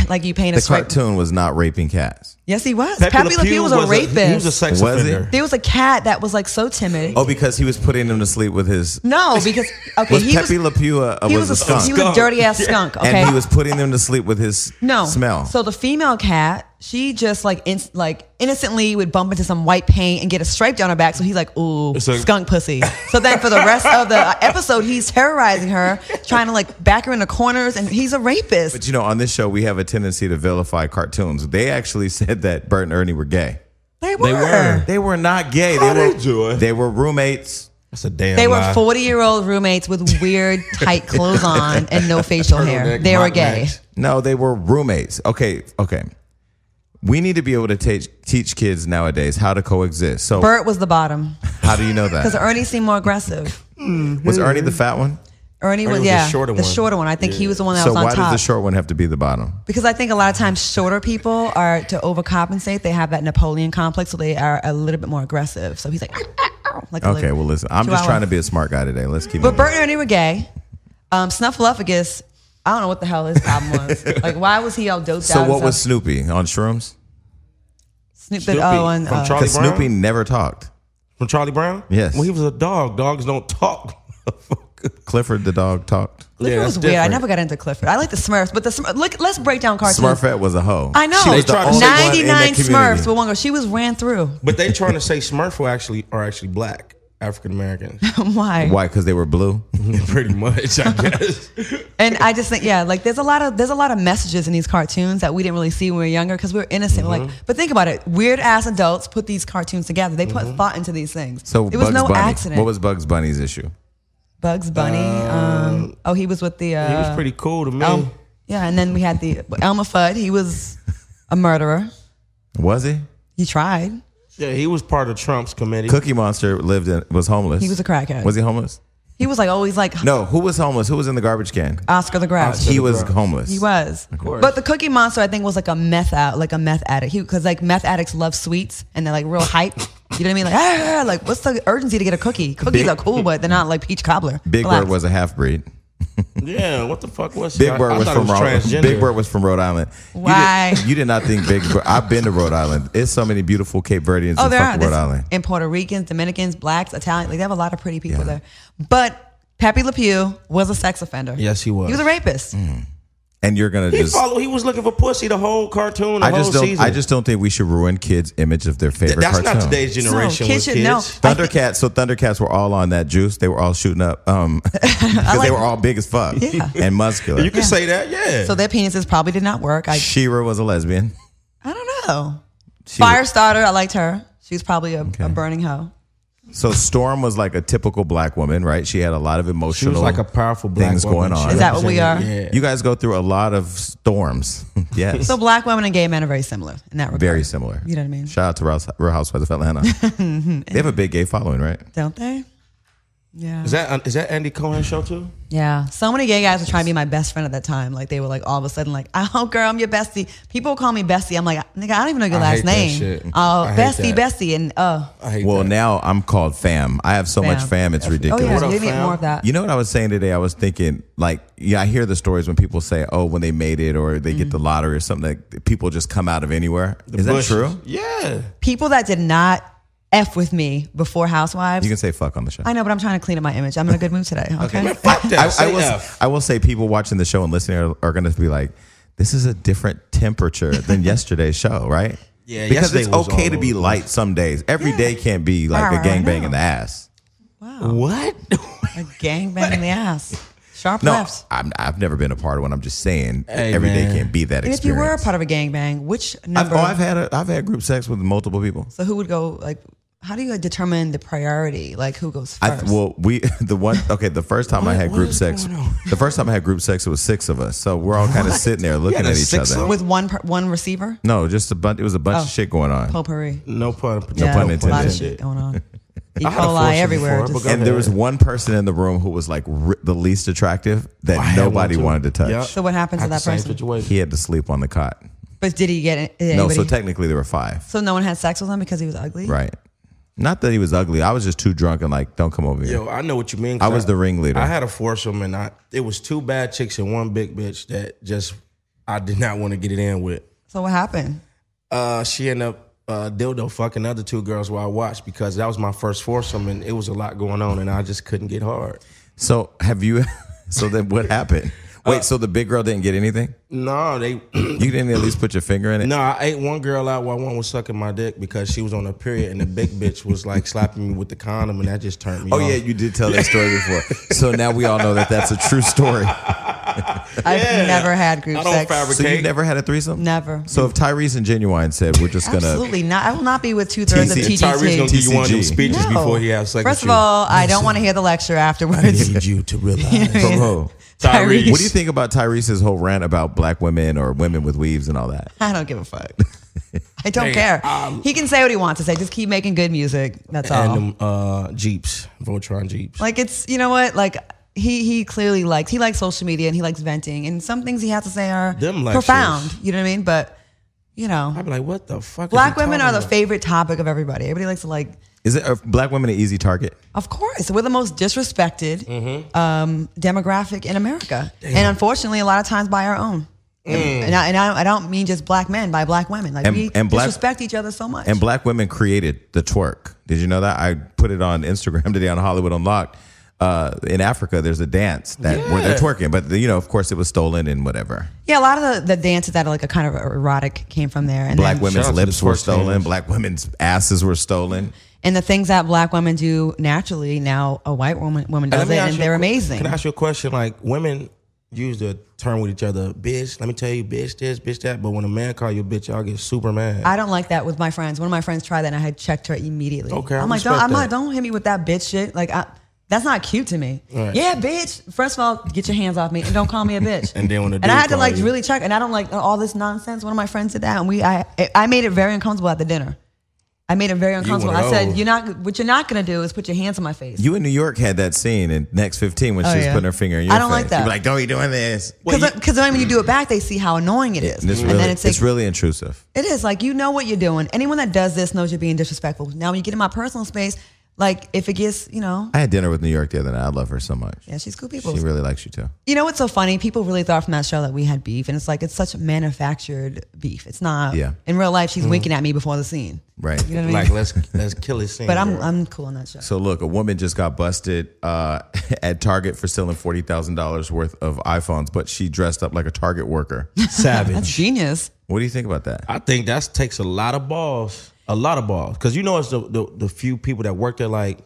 Speaker 3: like you paint a
Speaker 2: The
Speaker 3: straight
Speaker 2: cartoon was not raping cats.
Speaker 3: yes he was Pepe Le Pew was a rapist
Speaker 5: he was a sex
Speaker 2: Was he?
Speaker 5: offender.
Speaker 3: there was a cat that was like so timid
Speaker 2: Oh, because he was putting them to sleep with his.
Speaker 3: no because okay
Speaker 2: Was
Speaker 3: he
Speaker 2: Pepe Le Pew a, a-
Speaker 3: he
Speaker 2: was, a skunk?
Speaker 3: He was a dirty ass skunk. Okay.
Speaker 2: And he was putting them to sleep with his
Speaker 3: no
Speaker 2: smell.
Speaker 3: So the female cat, she just like in, like innocently would bump into some white paint and get a stripe down her back. So he's like, ooh,
Speaker 5: like-
Speaker 3: skunk pussy. So then for the rest of the episode, he's terrorizing her, trying to like back her in the corners, and he's a rapist.
Speaker 2: But you know, on this show, we have a tendency to vilify cartoons. They actually said that Bert and Ernie were gay.
Speaker 3: they were. They
Speaker 5: were.
Speaker 3: were.
Speaker 2: They were not gay.
Speaker 5: How
Speaker 2: they
Speaker 5: they
Speaker 2: were
Speaker 5: do it?
Speaker 2: They were roommates.
Speaker 5: That's a damn lie.
Speaker 3: 40 year old roommates with weird tight clothes on and no facial hair.
Speaker 5: Turtleneck,
Speaker 3: They were
Speaker 5: mock
Speaker 3: gay.
Speaker 5: match.
Speaker 2: No, they were roommates. Okay, okay. We need to be able to teach teach kids nowadays how to coexist. So
Speaker 3: Bert was the bottom
Speaker 2: how do you know
Speaker 3: because
Speaker 2: that?
Speaker 3: Ernie seemed more aggressive.
Speaker 2: Was Ernie
Speaker 3: Mm.
Speaker 2: the fat one?
Speaker 3: Ernie was,
Speaker 5: was the
Speaker 3: yeah
Speaker 5: shorter
Speaker 3: the
Speaker 5: one.
Speaker 3: shorter one. I think he was the one that
Speaker 2: So
Speaker 3: was on
Speaker 2: why
Speaker 3: top.
Speaker 2: does the short one have to be the bottom?
Speaker 3: Because I think a lot of times shorter people are to overcompensate. They have that Napoleon complex, so they are a little bit more aggressive. So he's like, "Ow, ow, ow," like a
Speaker 2: Okay,
Speaker 3: little-
Speaker 2: well listen, I'm just
Speaker 3: Chihuahua.
Speaker 2: trying to be a smart guy today. Let's keep.
Speaker 3: But
Speaker 2: it
Speaker 3: Bert and Ernie were gay. Um, Snuffleupagus, I don't know what the hell his problem was. like, why was he all doped
Speaker 2: So
Speaker 3: out?
Speaker 2: what
Speaker 3: and
Speaker 2: was
Speaker 3: stuff?
Speaker 2: Snoopy on shrooms?
Speaker 3: Snoop?
Speaker 5: Snoopy
Speaker 3: oh, and
Speaker 5: from
Speaker 3: uh,
Speaker 5: Charlie
Speaker 2: Because
Speaker 5: Brown?
Speaker 2: Snoopy never talked.
Speaker 5: From Charlie Brown?
Speaker 2: Yes.
Speaker 5: Well, he was a dog. Dogs don't talk.
Speaker 2: Clifford the dog talked.
Speaker 3: Clifford
Speaker 5: Yeah,
Speaker 3: was
Speaker 5: that's
Speaker 3: weird. I
Speaker 5: different.
Speaker 3: never got into Clifford. I like the Smurfs, but the Smurf, look, let's break down cartoons.
Speaker 2: Smurfette was a hoe.
Speaker 3: I know.
Speaker 2: She was the
Speaker 5: tried to
Speaker 2: only
Speaker 5: say
Speaker 2: one in
Speaker 3: 99
Speaker 2: that community.
Speaker 3: Smurfs. But one girl, she was ran through.
Speaker 5: But they trying to say Smurf were actually are actually black African Americans.
Speaker 3: Why?
Speaker 2: Why? Because they were blue.
Speaker 5: Pretty much, I guess.
Speaker 3: And I just think, yeah, like there's a lot of there's a lot of messages in these cartoons that we didn't really see when we were younger because we were innocent. Like,
Speaker 2: Mm-hmm.
Speaker 3: but think about it, weird ass adults put these cartoons together. They put thought into these things.
Speaker 2: Mm-hmm. So
Speaker 3: it was
Speaker 2: Bugs
Speaker 3: no
Speaker 2: Bunny.
Speaker 3: accident.
Speaker 2: What was Bugs Bunny's issue?
Speaker 3: Bugs Bunny? um, oh, he was with the. Uh,
Speaker 5: he was pretty cool to me.
Speaker 3: Elm- yeah, and then we had the Elmer Fudd. He was a murderer.
Speaker 2: Was he?
Speaker 3: He tried.
Speaker 5: Yeah, he was part of Trump's committee.
Speaker 2: Cookie Monster lived in was homeless.
Speaker 3: He was a crackhead.
Speaker 2: Was he homeless?
Speaker 3: He was like always like
Speaker 2: No. Who was homeless? Who was in the garbage can?
Speaker 3: Oscar the Grouch.
Speaker 2: He was homeless.
Speaker 3: He was. But the Cookie Monster, I think, was like a meth out, like a meth addict. Because like meth addicts love sweets and they're like real hype. you know what I mean? Like, ah, like what's the urgency to get a cookie? Cookies
Speaker 2: Big-
Speaker 3: are cool, but they're not like peach cobbler.
Speaker 2: Big
Speaker 3: Relax.
Speaker 2: Bird was a half breed.
Speaker 5: Yeah, what the fuck was
Speaker 2: Big
Speaker 5: I-
Speaker 2: Bird
Speaker 5: I
Speaker 2: was
Speaker 5: thought
Speaker 2: from
Speaker 5: it
Speaker 2: Rhode
Speaker 5: transgender.
Speaker 2: Big Bird was from Rhode Island. You did-
Speaker 3: Why?
Speaker 2: You did, not think Big Bird? I've been to Rhode Island. It's so many beautiful Cape Verdeans
Speaker 3: Oh,
Speaker 2: in
Speaker 3: there are
Speaker 2: fucking Rhode
Speaker 3: There's-
Speaker 2: Island.
Speaker 3: and Puerto Ricans, Dominicans, blacks, Italians. Like they have a lot of pretty people
Speaker 2: Yeah.
Speaker 3: there. But Pepe Le Pew was a sex offender.
Speaker 5: Yes, he was.
Speaker 3: He was a rapist.
Speaker 2: Mm. And you're gonna
Speaker 5: He
Speaker 2: just.
Speaker 5: followed. He was looking for pussy the whole cartoon. The
Speaker 2: I just
Speaker 5: whole
Speaker 2: don't.
Speaker 5: Season.
Speaker 2: I just don't think we should ruin kids' image of their favorite
Speaker 5: That's
Speaker 2: cartoon.
Speaker 5: not today's generation.
Speaker 3: kids
Speaker 5: with
Speaker 3: should know.
Speaker 5: kids.
Speaker 2: Thundercats. So Thundercats were all on that juice. They were all shooting up um, because they were all big as fuck
Speaker 3: Yeah.
Speaker 2: and muscular.
Speaker 5: You can say that. Yeah.
Speaker 3: So their penises probably did not work. I
Speaker 2: Shira was a lesbian.
Speaker 3: I don't know.
Speaker 2: She was-
Speaker 3: Firestarter, I liked her. She was probably a, a burning hoe.
Speaker 2: so Storm was like a typical black woman, right? She had a lot of
Speaker 5: she
Speaker 2: emotional.
Speaker 5: was like a powerful black
Speaker 2: things
Speaker 5: woman.
Speaker 2: going on.
Speaker 5: She
Speaker 2: Is
Speaker 3: that what we are?
Speaker 5: represented- Yeah.
Speaker 2: You guys go through a lot of storms. yes.
Speaker 3: So black women and gay men are very similar in that regard.
Speaker 2: Very similar.
Speaker 3: You know what I mean?
Speaker 2: Shout out to Rouse- Real Housewives of Atlanta. they have a big gay following, right?
Speaker 3: don't they? Yeah.
Speaker 5: Is that is that Andy Cohen's show too?
Speaker 3: yeah. So many gay guys were trying to be my best friend at that time. Like they were like all of a sudden like, oh girl, I'm your bestie. People call me bestie. I'm like, nigga, I don't even know your
Speaker 5: I
Speaker 3: last
Speaker 5: hate that
Speaker 3: name.
Speaker 5: shit.
Speaker 3: Oh,
Speaker 5: I hate
Speaker 3: bestie,
Speaker 5: that.
Speaker 3: bestie, and uh,
Speaker 5: I hate
Speaker 2: Well,
Speaker 5: that.
Speaker 2: now I'm called fam. I have so much fam, it's
Speaker 3: oh
Speaker 2: ridiculous.
Speaker 3: yeah,
Speaker 5: What up,
Speaker 3: give me
Speaker 5: fam?
Speaker 3: more of that.
Speaker 2: You know what I was saying today? I was thinking, like, yeah, I hear the stories when people say, oh, when they made it or they get
Speaker 3: Mm-hmm.
Speaker 2: the lottery or something, like, people just come out of anywhere. Is that
Speaker 5: Bush.
Speaker 2: true?
Speaker 5: Yeah.
Speaker 3: People that did not F with me before Housewives.
Speaker 2: You can say fuck on the show.
Speaker 3: I know, but I'm trying to clean up my image. I'm in a good mood today. Okay.
Speaker 5: Fuck that.
Speaker 2: I, I,
Speaker 5: say
Speaker 2: will,
Speaker 5: F.
Speaker 2: I will say people watching the show and listening are, are going to be like, this is a different temperature than yesterday's show, right?
Speaker 5: Yeah,
Speaker 2: because
Speaker 5: yesterday
Speaker 2: it's
Speaker 5: was
Speaker 2: okay
Speaker 5: all
Speaker 2: to be
Speaker 5: over.
Speaker 2: light some days. Every
Speaker 3: Yeah.
Speaker 2: day can't be like a
Speaker 3: Right, right,
Speaker 2: gangbang
Speaker 3: no.
Speaker 2: in the ass.
Speaker 3: Wow.
Speaker 5: What?
Speaker 3: A gangbang in the ass. Sharp
Speaker 2: No,
Speaker 3: lefts.
Speaker 2: I'm, I've never been a part of one. I'm just saying
Speaker 5: Hey,
Speaker 2: every day
Speaker 5: man.
Speaker 2: can't be that
Speaker 3: And
Speaker 2: experience.
Speaker 3: if you were a part of a gangbang, which
Speaker 2: I've,
Speaker 3: number?
Speaker 2: oh, I've had a, I've had group sex with multiple people.
Speaker 3: so who would go? Like, how do you determine the priority? Like, who goes
Speaker 2: I,
Speaker 3: first?
Speaker 2: well, we the one okay. The first time I had group sex, the first time I had group sex, it was six of us. So we're all kind of sitting there looking
Speaker 5: had a
Speaker 2: at each
Speaker 5: six
Speaker 2: other.
Speaker 5: of-
Speaker 3: with one per, one receiver.
Speaker 2: No, just a bunch. It was a bunch
Speaker 3: Oh.
Speaker 2: of shit going on.
Speaker 3: Potpourri.
Speaker 5: No pun. No
Speaker 3: yeah,
Speaker 2: pun
Speaker 3: A lot of
Speaker 2: intended.
Speaker 3: shit going on. E.
Speaker 5: had a
Speaker 3: coli
Speaker 5: foursome
Speaker 3: everywhere.
Speaker 5: before,
Speaker 3: just-
Speaker 5: but go
Speaker 2: and there was one person in the room who was like r- the least attractive that
Speaker 5: I had one
Speaker 2: nobody
Speaker 5: too.
Speaker 2: wanted to touch.
Speaker 5: Yep.
Speaker 3: so what happened to
Speaker 5: Had the
Speaker 3: that
Speaker 5: same
Speaker 3: person?
Speaker 5: situation.
Speaker 2: He had to sleep on the cot.
Speaker 3: But did he get it? did
Speaker 2: No, so
Speaker 3: anybody-
Speaker 2: technically there were five.
Speaker 3: so no one had sex with him because he was ugly.
Speaker 2: Right. Not that he was ugly. I was just too drunk and like, don't come over here.
Speaker 5: Yo, I know what you mean.
Speaker 2: I was the ringleader.
Speaker 5: I had a foursome, and I it was two bad chicks and one big bitch that just I did not want to get it in with.
Speaker 3: So what happened?
Speaker 5: Uh, she ended up uh, dildo fucking the other two girls while I watched because that was my first foursome, and it was a lot going on, and I just couldn't get hard.
Speaker 2: So have you? So then what happened?
Speaker 5: Uh,
Speaker 2: Wait, so the big girl didn't get anything?
Speaker 5: No, they
Speaker 2: You didn't at least put your finger in it?
Speaker 5: No, I ate one girl out while one was sucking my dick because she was on her period and the big bitch was like slapping me with the condom and that just turned me
Speaker 2: Oh
Speaker 5: off.
Speaker 2: yeah, you did tell that story before. So now we all know that that's a true story.
Speaker 3: I've never had group
Speaker 5: I don't
Speaker 3: sex.
Speaker 5: fabricate.
Speaker 2: So you
Speaker 5: Okay.
Speaker 2: never had a threesome?
Speaker 3: Never.
Speaker 2: So if Tyrese and Genuine said we're just gonna,
Speaker 3: Absolutely not. I will not be with two thirds of
Speaker 2: TC
Speaker 3: TDT.
Speaker 5: Tyrese gonna give you one of them
Speaker 2: TCG.
Speaker 5: speeches
Speaker 3: No.
Speaker 5: before he has sex.
Speaker 3: First
Speaker 5: with
Speaker 3: of
Speaker 5: you.
Speaker 3: all, I don't want to hear the lecture afterwards.
Speaker 5: need you to realize.
Speaker 3: Tyrese.
Speaker 2: bro,
Speaker 5: Tyrese.
Speaker 2: what do you think about Tyrese's whole rant about black women or women with weaves and all that?
Speaker 3: I don't give a fuck. I don't
Speaker 5: Damn,
Speaker 3: care.
Speaker 5: um,
Speaker 3: he can say what he wants to say. Just keep making good music. That's all.
Speaker 5: and them uh, Jeeps, Voltron Jeeps.
Speaker 3: Like it's you know what like. He, he clearly likes he likes social media and he likes venting and some things he has to say are
Speaker 5: Them lectures.
Speaker 3: profound you know what I mean but you know
Speaker 5: I'd be like, what the fuck?
Speaker 3: black women are the favorite topic of everybody everybody likes to like
Speaker 2: Is it are black women an easy target?
Speaker 3: Of course, we're the most disrespected
Speaker 2: Mm-hmm.
Speaker 3: um, demographic in America, and unfortunately, a lot of times by our own. And, I, and I, I don't mean just black men by black women. Like
Speaker 2: Mm. And-
Speaker 3: we
Speaker 2: and black-
Speaker 3: disrespect each other so much.
Speaker 2: And black women created the twerk. Did you know that? I put it on Instagram today on Hollywood Unlocked. Uh, in Africa, there's a dance that where they're twerking, but you know, of course, it was stolen and whatever.
Speaker 3: yeah, a lot of the, the dances that are like a kind of erotic came from there. And
Speaker 2: Black
Speaker 3: then-
Speaker 2: women's
Speaker 5: out to the
Speaker 2: lips were
Speaker 5: twerk
Speaker 2: stolen.
Speaker 5: standards.
Speaker 2: Black women's asses were stolen.
Speaker 3: and the things that black women do naturally now a white woman woman does it, and they're amazing.
Speaker 5: Can I ask you a question? Like women use the term with each other, bitch. Let me tell you, bitch this, bitch that. But when a man call you bitch, y'all get super mad.
Speaker 3: I don't like that with my friends. One of my friends tried that, and I had checked her immediately.
Speaker 5: Okay, I
Speaker 3: I'm like,
Speaker 5: respect
Speaker 3: don't, I'm like,
Speaker 5: that.
Speaker 3: don't hit me with that bitch shit. Like, I, that's not cute to me.
Speaker 5: Right.
Speaker 3: Yeah, bitch. First of all, get your hands off me and don't call me a bitch.
Speaker 5: And then when the
Speaker 3: and I
Speaker 5: dude
Speaker 3: had to
Speaker 5: call
Speaker 3: like
Speaker 5: you-
Speaker 3: really check, and I don't like all this nonsense. One of my friends did that, and we, I, I made it very uncomfortable at the dinner. I made it very uncomfortable. I
Speaker 5: of
Speaker 3: said,
Speaker 5: those.
Speaker 3: you're not. What you're not gonna do is put your hands on my face.
Speaker 2: You in New York had that scene in Next 15 when
Speaker 3: Oh,
Speaker 2: she was
Speaker 3: yeah.
Speaker 2: putting her finger in your
Speaker 3: I don't
Speaker 2: face.
Speaker 3: like that.
Speaker 2: You'd be like, don't be doing this.
Speaker 3: because then when you do it back, they see how annoying it is,
Speaker 2: And it's,
Speaker 3: and
Speaker 2: really,
Speaker 3: then it's like
Speaker 2: it's really intrusive.
Speaker 3: It is like you know what you're doing. Anyone that does this knows you're being disrespectful. Now when you get in my personal space, like if it gets, you know,
Speaker 2: I had dinner with New York the other night. I love her so much.
Speaker 3: yeah, she's cool people.
Speaker 2: She really likes you too.
Speaker 3: you know what's so funny? People really thought from that show that we had beef, and it's like it's such manufactured beef. It's not.
Speaker 2: Yeah. Mm-hmm.
Speaker 3: In real life, she's winking at me before the scene.
Speaker 2: Right.
Speaker 3: You know what I mean?
Speaker 5: like let's let's kill his scene.
Speaker 3: but I'm
Speaker 5: girl.
Speaker 3: I'm cool on that show.
Speaker 2: So look, a woman just got busted uh, at Target for selling forty thousand dollars worth of iPhones, but she dressed up like a Target worker.
Speaker 3: That's
Speaker 5: savage.
Speaker 3: genius.
Speaker 2: what do you think about that?
Speaker 5: I think that takes a lot of balls, a lot of balls, because you know it's the, the the few people that work there. Like,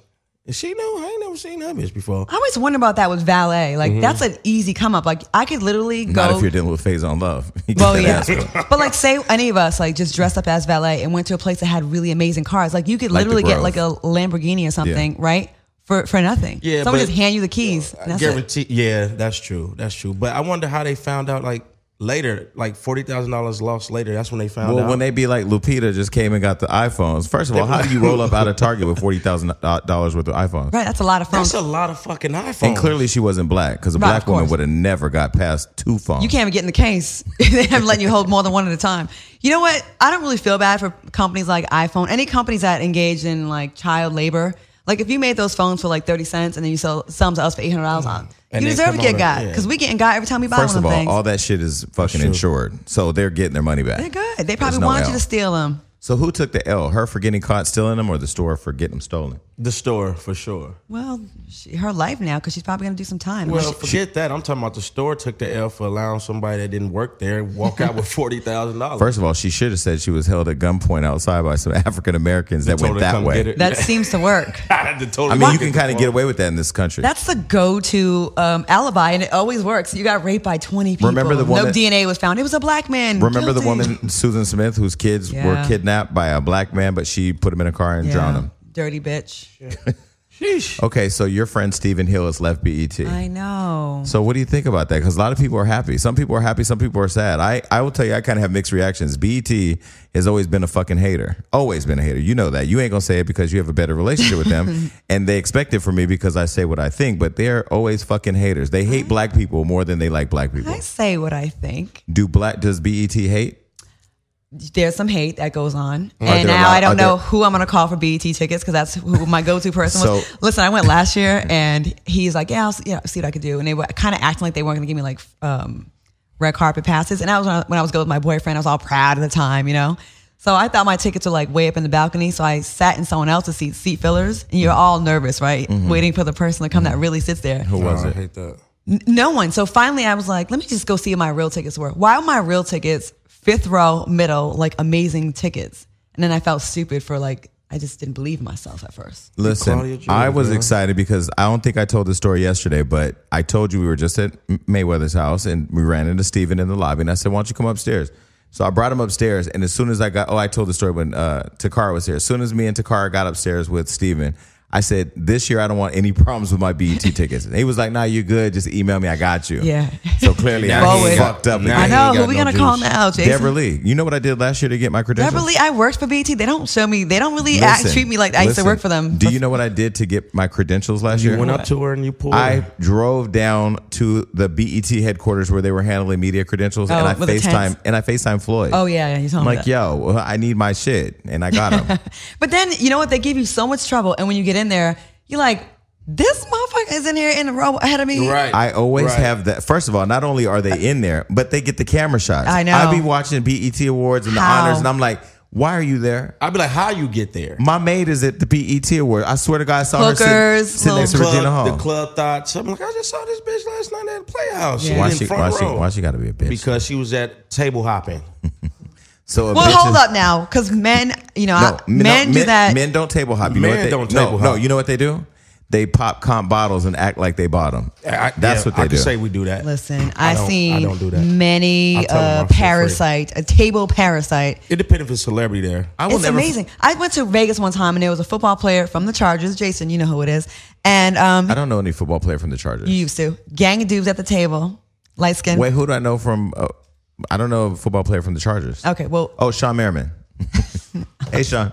Speaker 5: is she new? I ain't never seen that bitch before.
Speaker 3: I always wonder about that with valet. Like that's an easy come up. Like I could literally go.
Speaker 2: Mm-hmm. Not if you're dealing with phase on love. You
Speaker 3: Well,
Speaker 2: can't
Speaker 3: yeah.
Speaker 2: ask her.
Speaker 3: but like, say any of us like just dressed up as valet and went to a place that had really amazing cars. Like you could literally
Speaker 2: the
Speaker 3: get
Speaker 2: Grove.
Speaker 3: like a Lamborghini or something, right? For for nothing.
Speaker 5: Yeah,
Speaker 3: Someone
Speaker 5: but-
Speaker 3: just hand you the keys. and
Speaker 5: I
Speaker 3: that's it.
Speaker 5: guarantee. Yeah, that's true. That's true. But I wonder how they found out. Like later, like forty thousand dollars lost later. That's when they found
Speaker 2: Well,
Speaker 5: out.
Speaker 2: when they be like Lupita just came and got the iPhones. First of all, how do you roll up out of Target with forty thousand dollars worth of iPhones?
Speaker 3: Right. That's a lot of fun.
Speaker 5: that's a lot of fucking iPhones.
Speaker 2: And clearly, she wasn't black because a
Speaker 3: Right,
Speaker 2: black
Speaker 3: of
Speaker 2: woman
Speaker 3: course.
Speaker 2: would have never got past two phones.
Speaker 3: you can't even get in the case. they haven't let you hold more than one at a time. You know what? I don't really feel bad for companies like iPhone. Any companies that engage in like child labor. Like if you made those phones for like thirty cents and then you sell some to us for eight hundred dollars on,
Speaker 5: Mm-hmm. And
Speaker 3: you
Speaker 5: they
Speaker 3: deserve to
Speaker 5: come
Speaker 3: get
Speaker 5: on a-
Speaker 3: got
Speaker 5: yeah.
Speaker 3: because we getting got every time we buy
Speaker 2: First of
Speaker 3: one of
Speaker 2: all,
Speaker 3: them things.
Speaker 2: all that shit is fucking insured, so they're getting their money back.
Speaker 3: They're good. They probably
Speaker 2: no
Speaker 3: wanted
Speaker 2: L.
Speaker 3: you to steal them.
Speaker 2: So who took the L? Her for getting caught stealing them, or the store for getting them stolen?
Speaker 5: The store for sure.
Speaker 3: Well, she, her life now because she's probably gonna do some time.
Speaker 5: Well, forget that. I'm talking about the store took the L for allowing somebody that didn't work there walk out with forty thousand dollars.
Speaker 2: First of all, she should have said she was held at gunpoint outside by some African Americans that went that way.
Speaker 3: that seems to work.
Speaker 2: I mean, you can kind of get away with that in this country.
Speaker 3: That's the go-to um, alibi, and it always works. You got raped by twenty people.
Speaker 2: Remember the woman-
Speaker 3: no DNA was found. It was a black man.
Speaker 2: Remember the
Speaker 3: Guilty.
Speaker 2: woman Susan Smith whose kids were
Speaker 3: Yeah.
Speaker 2: kidnapped by a black man, but she put him in a car and
Speaker 3: Yeah.
Speaker 2: drowned him.
Speaker 3: Dirty bitch.
Speaker 2: Okay, so your friend Stephen Hill has left E BET.
Speaker 3: I know.
Speaker 2: so what do you think about that? Because a lot of people are happy. Some people are happy. Some people are sad. I, I will tell you, I kind of have mixed reactions. BET has always been a fucking hater. Always been a hater. You know that. You ain't gonna say it because you have a better relationship with them, and they expect it from me because I say what I think. But they're always fucking haters. They hate black people more than they like black people.
Speaker 3: I say what I think.
Speaker 2: Do black? Does BET hate?
Speaker 3: There's some hate that goes on,
Speaker 2: there
Speaker 3: and
Speaker 2: a
Speaker 3: now
Speaker 2: lot-
Speaker 3: I
Speaker 2: are
Speaker 3: don't
Speaker 2: there-
Speaker 3: know who I'm gonna call for BET tickets because that's who my go-to person was.
Speaker 2: So-
Speaker 3: Listen, I went last year, and he's like, "Yeah, I'll see, yeah, see what I could do," and they were kind of acting like they weren't gonna give me like um, red carpet passes. And I was when I, when I was going with my boyfriend, I was all proud at the time, you know. So I thought my tickets were like way up in the balcony, so I sat in someone else's seat, seat fillers, and you're all nervous, right, waiting for the person to come that really sits there.
Speaker 2: Mm-hmm. Who was
Speaker 5: I
Speaker 2: it?
Speaker 5: hate that.
Speaker 3: N- No one. So finally, I was like, let me just go see what my real tickets were. Why are my real tickets fifth row, middle, like amazing tickets? And then I felt stupid for like, I just didn't believe myself at first.
Speaker 2: Listen,
Speaker 5: Claudia Jordan,
Speaker 2: I was
Speaker 5: bro.
Speaker 2: excited because I don't think I told the story yesterday, but I told you we were just at M- Mayweather's house and we ran into Steven in the lobby and I said, Why don't you come upstairs? So I brought him upstairs and as soon as I got oh, I told the story when uh Takara was here. As soon as me and Takara got upstairs with Steven, I said, This year I don't want any problems with my BET tickets. And he was like, Nah, you're good, just email me, I got you.
Speaker 3: Yeah.
Speaker 2: So clearly
Speaker 3: Now
Speaker 2: I
Speaker 3: he
Speaker 2: fucked up
Speaker 5: now
Speaker 3: I
Speaker 5: ain't
Speaker 2: again.
Speaker 3: know.
Speaker 5: got
Speaker 3: Who we
Speaker 5: no
Speaker 3: going to call
Speaker 5: juice.
Speaker 3: now, Jason?
Speaker 2: Deborah Lee. You know what I did last year to get my credentials?
Speaker 3: Deborah Lee, I worked for BT. They don't show me, they don't really act,
Speaker 2: Listen,
Speaker 3: treat me like I used to
Speaker 2: listen.
Speaker 3: work for them.
Speaker 2: Do you know what I did to get my credentials last year?
Speaker 5: You went up to her and you pulled.
Speaker 2: I
Speaker 5: her.
Speaker 2: drove down to the BET headquarters where they were handling media credentials,
Speaker 3: Oh,
Speaker 2: and I
Speaker 3: with the
Speaker 2: FaceTime
Speaker 3: tents?
Speaker 2: and I FaceTime Floyd.
Speaker 3: Oh, yeah, yeah. You're
Speaker 2: I'm
Speaker 3: talking about
Speaker 2: like, yo, well, I need my shit, and I got him.
Speaker 3: But then you know what? They give you so much trouble, and when you get in there, you're like, "This motherfucker is in here in a row ahead of me."
Speaker 5: Right.
Speaker 2: I always
Speaker 5: Right.
Speaker 2: have that. First of all, not only are they in there, but they get the camera shots.
Speaker 3: I know.
Speaker 2: I be watching BET Awards and the
Speaker 3: How?
Speaker 2: honors, and I'm like, why are you there?
Speaker 5: I'd be like, how you get there?
Speaker 2: My maid is at the BET Awards. I swear to God, I saw her
Speaker 3: Hookers,
Speaker 2: sit- sitting next to
Speaker 5: club,
Speaker 2: Regina Hall.
Speaker 5: The club thought something like I just saw this bitch last night at the Playhouse.
Speaker 3: Yeah.
Speaker 5: She
Speaker 2: Why
Speaker 5: was in
Speaker 2: she, why,
Speaker 5: front
Speaker 2: she, Mm.
Speaker 5: row.
Speaker 2: why she gotta be a bitch?
Speaker 5: because she was at table hopping.
Speaker 2: so a
Speaker 3: Well,
Speaker 2: bitch
Speaker 3: hold
Speaker 2: is-
Speaker 3: up now, because men, you know,
Speaker 2: No,
Speaker 3: I- Uh, men do that.
Speaker 2: Men don't table hop. You know
Speaker 5: Men
Speaker 2: what they,
Speaker 5: don't
Speaker 2: no,
Speaker 5: table
Speaker 2: No,
Speaker 5: hop.
Speaker 2: you know what they do? They pop comp bottles and act like they bought them.
Speaker 5: I-
Speaker 2: That's
Speaker 5: yeah,
Speaker 2: what they
Speaker 5: I
Speaker 2: do.
Speaker 5: Could say we do that.
Speaker 3: Listen, I,
Speaker 5: don't- I
Speaker 3: seen
Speaker 5: don't do that. I
Speaker 3: many
Speaker 5: tell 'em
Speaker 3: uh,
Speaker 5: I'm so free.
Speaker 3: parasite, a table parasite.
Speaker 5: It depends if it's celebrity there.
Speaker 2: I will
Speaker 3: It's
Speaker 2: never-
Speaker 3: amazing. I went to Vegas one time, and there was a football player from the Chargers, Jason. You know who it is, and um,
Speaker 2: I don't know any football player from the Chargers.
Speaker 3: you used to gang of dudes at the table, light skin.
Speaker 2: Wait, who do I know from? Uh, I don't know a football player from the Chargers.
Speaker 3: Okay, well,
Speaker 2: Oh, Sean Merriman. hey, Sean.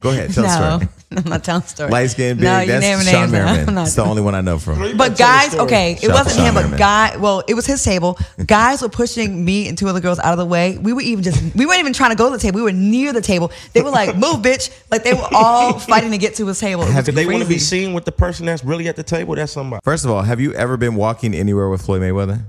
Speaker 2: Go ahead. Tell the
Speaker 3: no,
Speaker 2: story.
Speaker 3: I'm not telling the story.
Speaker 2: Light skin, big.
Speaker 3: No, you naming
Speaker 2: that's
Speaker 3: names.
Speaker 2: Sean
Speaker 3: I'm
Speaker 2: Merriman.
Speaker 3: not
Speaker 2: It's the only one I know from.
Speaker 3: But guys, okay, it
Speaker 2: Shout out to
Speaker 3: wasn't him,
Speaker 2: Sean
Speaker 3: but
Speaker 2: Merriman.
Speaker 3: guy. Well, it was his table. Guys were pushing me and two other girls out of the way. We were even just we weren't even trying to go to the table. We were near the table. They were like, "Move, bitch!" Like they were all fighting to get to his table. It was
Speaker 5: If they want to be
Speaker 3: crazy.
Speaker 5: seen with the person that's really at the table, that's somebody.
Speaker 2: First of all, have you ever been walking anywhere with Floyd Mayweather?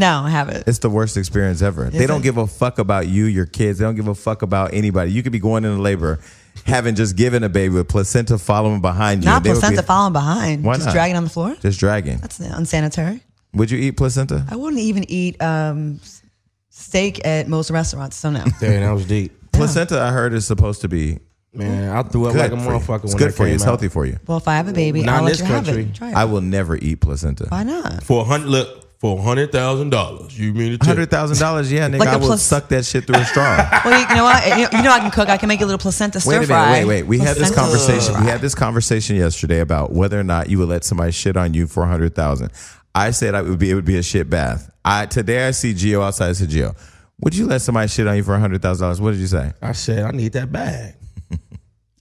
Speaker 3: No, I haven't.
Speaker 2: It's the worst experience ever. they don't
Speaker 3: it?
Speaker 2: give a fuck about you, your kids. They don't give a fuck about anybody. You could be going into labor, having just given a baby with placenta following behind you.
Speaker 3: Not
Speaker 2: and they would
Speaker 3: placenta
Speaker 2: be
Speaker 3: falling behind.
Speaker 2: Why
Speaker 3: just
Speaker 2: not?
Speaker 3: dragging on the floor.
Speaker 2: Just dragging.
Speaker 3: That's unsanitary.
Speaker 2: Would you eat placenta?
Speaker 3: I wouldn't even eat um, s- steak at most restaurants. So no.
Speaker 5: Damn, that was deep.
Speaker 2: Placenta, I heard, is supposed to be
Speaker 5: Man, I threw up
Speaker 2: good
Speaker 5: like a
Speaker 2: for you.
Speaker 5: motherfucker.
Speaker 2: It's
Speaker 5: when
Speaker 2: good
Speaker 5: that
Speaker 2: for you.
Speaker 5: came
Speaker 2: It's
Speaker 5: out.
Speaker 2: healthy for you.
Speaker 3: well, if I have a baby,
Speaker 5: Not
Speaker 3: I'll
Speaker 5: in
Speaker 3: let
Speaker 5: this
Speaker 3: you have
Speaker 5: country.
Speaker 3: it. Try it.
Speaker 2: I will never eat placenta.
Speaker 3: Why not?
Speaker 5: For a hundred, look for a hundred thousand dollars. You mean to
Speaker 2: Hundred
Speaker 5: check?
Speaker 2: thousand dollars, yeah, nigga.
Speaker 3: Like a
Speaker 2: I will
Speaker 3: plac-
Speaker 2: suck that shit through a straw.
Speaker 3: Well, you, you know what? You know, you know I can cook. I can make a little placenta
Speaker 2: wait a minute,
Speaker 3: stir fry.
Speaker 2: wait, wait. We had this
Speaker 3: Placenta
Speaker 2: conversation.
Speaker 3: stir
Speaker 2: We
Speaker 3: fry.
Speaker 2: had this conversation yesterday about whether or not you would let somebody shit on you for a hundred thousand. I said I would be it would be a shit bath. I today I see Geo outside. I said Geo, would you let somebody shit on you for a hundred thousand dollars? What did you say?
Speaker 5: I said I need that bag.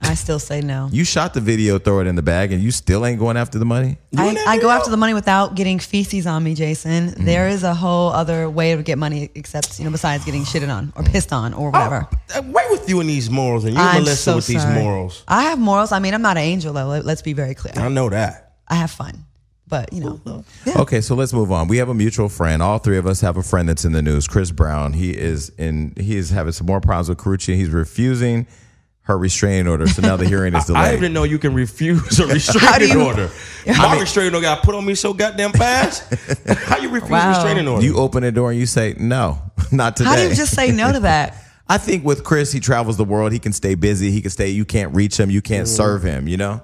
Speaker 3: I still say no.
Speaker 2: You shot the video, throw it in the bag, and you still ain't going after the money.
Speaker 3: I,
Speaker 5: never
Speaker 3: I go
Speaker 5: know.
Speaker 3: after the money without getting feces on me, Jason.
Speaker 2: Mm.
Speaker 3: There is a whole other way to get money, except you know, besides getting shitted on
Speaker 2: Mm.
Speaker 3: or pissed on or
Speaker 2: Ah.
Speaker 3: whatever.
Speaker 2: Oh,
Speaker 5: Uh, Wait with you and these morals, and you
Speaker 3: I'm
Speaker 5: Melissa
Speaker 3: so
Speaker 5: with these
Speaker 3: sorry.
Speaker 5: morals.
Speaker 3: I have morals. I mean, I'm not an angel, though. Let- Let's be very clear.
Speaker 5: I know that.
Speaker 3: I have fun, But you
Speaker 2: Oh,
Speaker 3: know,
Speaker 2: Okay, so let's move on. We have a mutual friend. All three of us have a friend that's in the news. Chris Brown. He is in. He is having some more problems with Carucci. He's refusing her restraining order. So now the hearing is
Speaker 5: I
Speaker 2: delayed.
Speaker 5: didn't know you can refuse a
Speaker 3: do
Speaker 5: restraining
Speaker 3: you-
Speaker 5: order. My restraining order got put on me so goddamn fast. How you refuse
Speaker 3: Wow.
Speaker 5: a restraining order?
Speaker 2: you open the door and you say no, not today.
Speaker 3: how do you just say no to that?
Speaker 2: I think with Chris, he travels the world. He can stay busy. He can stay. You can't reach him. You can't
Speaker 5: Mm.
Speaker 2: serve him. You know.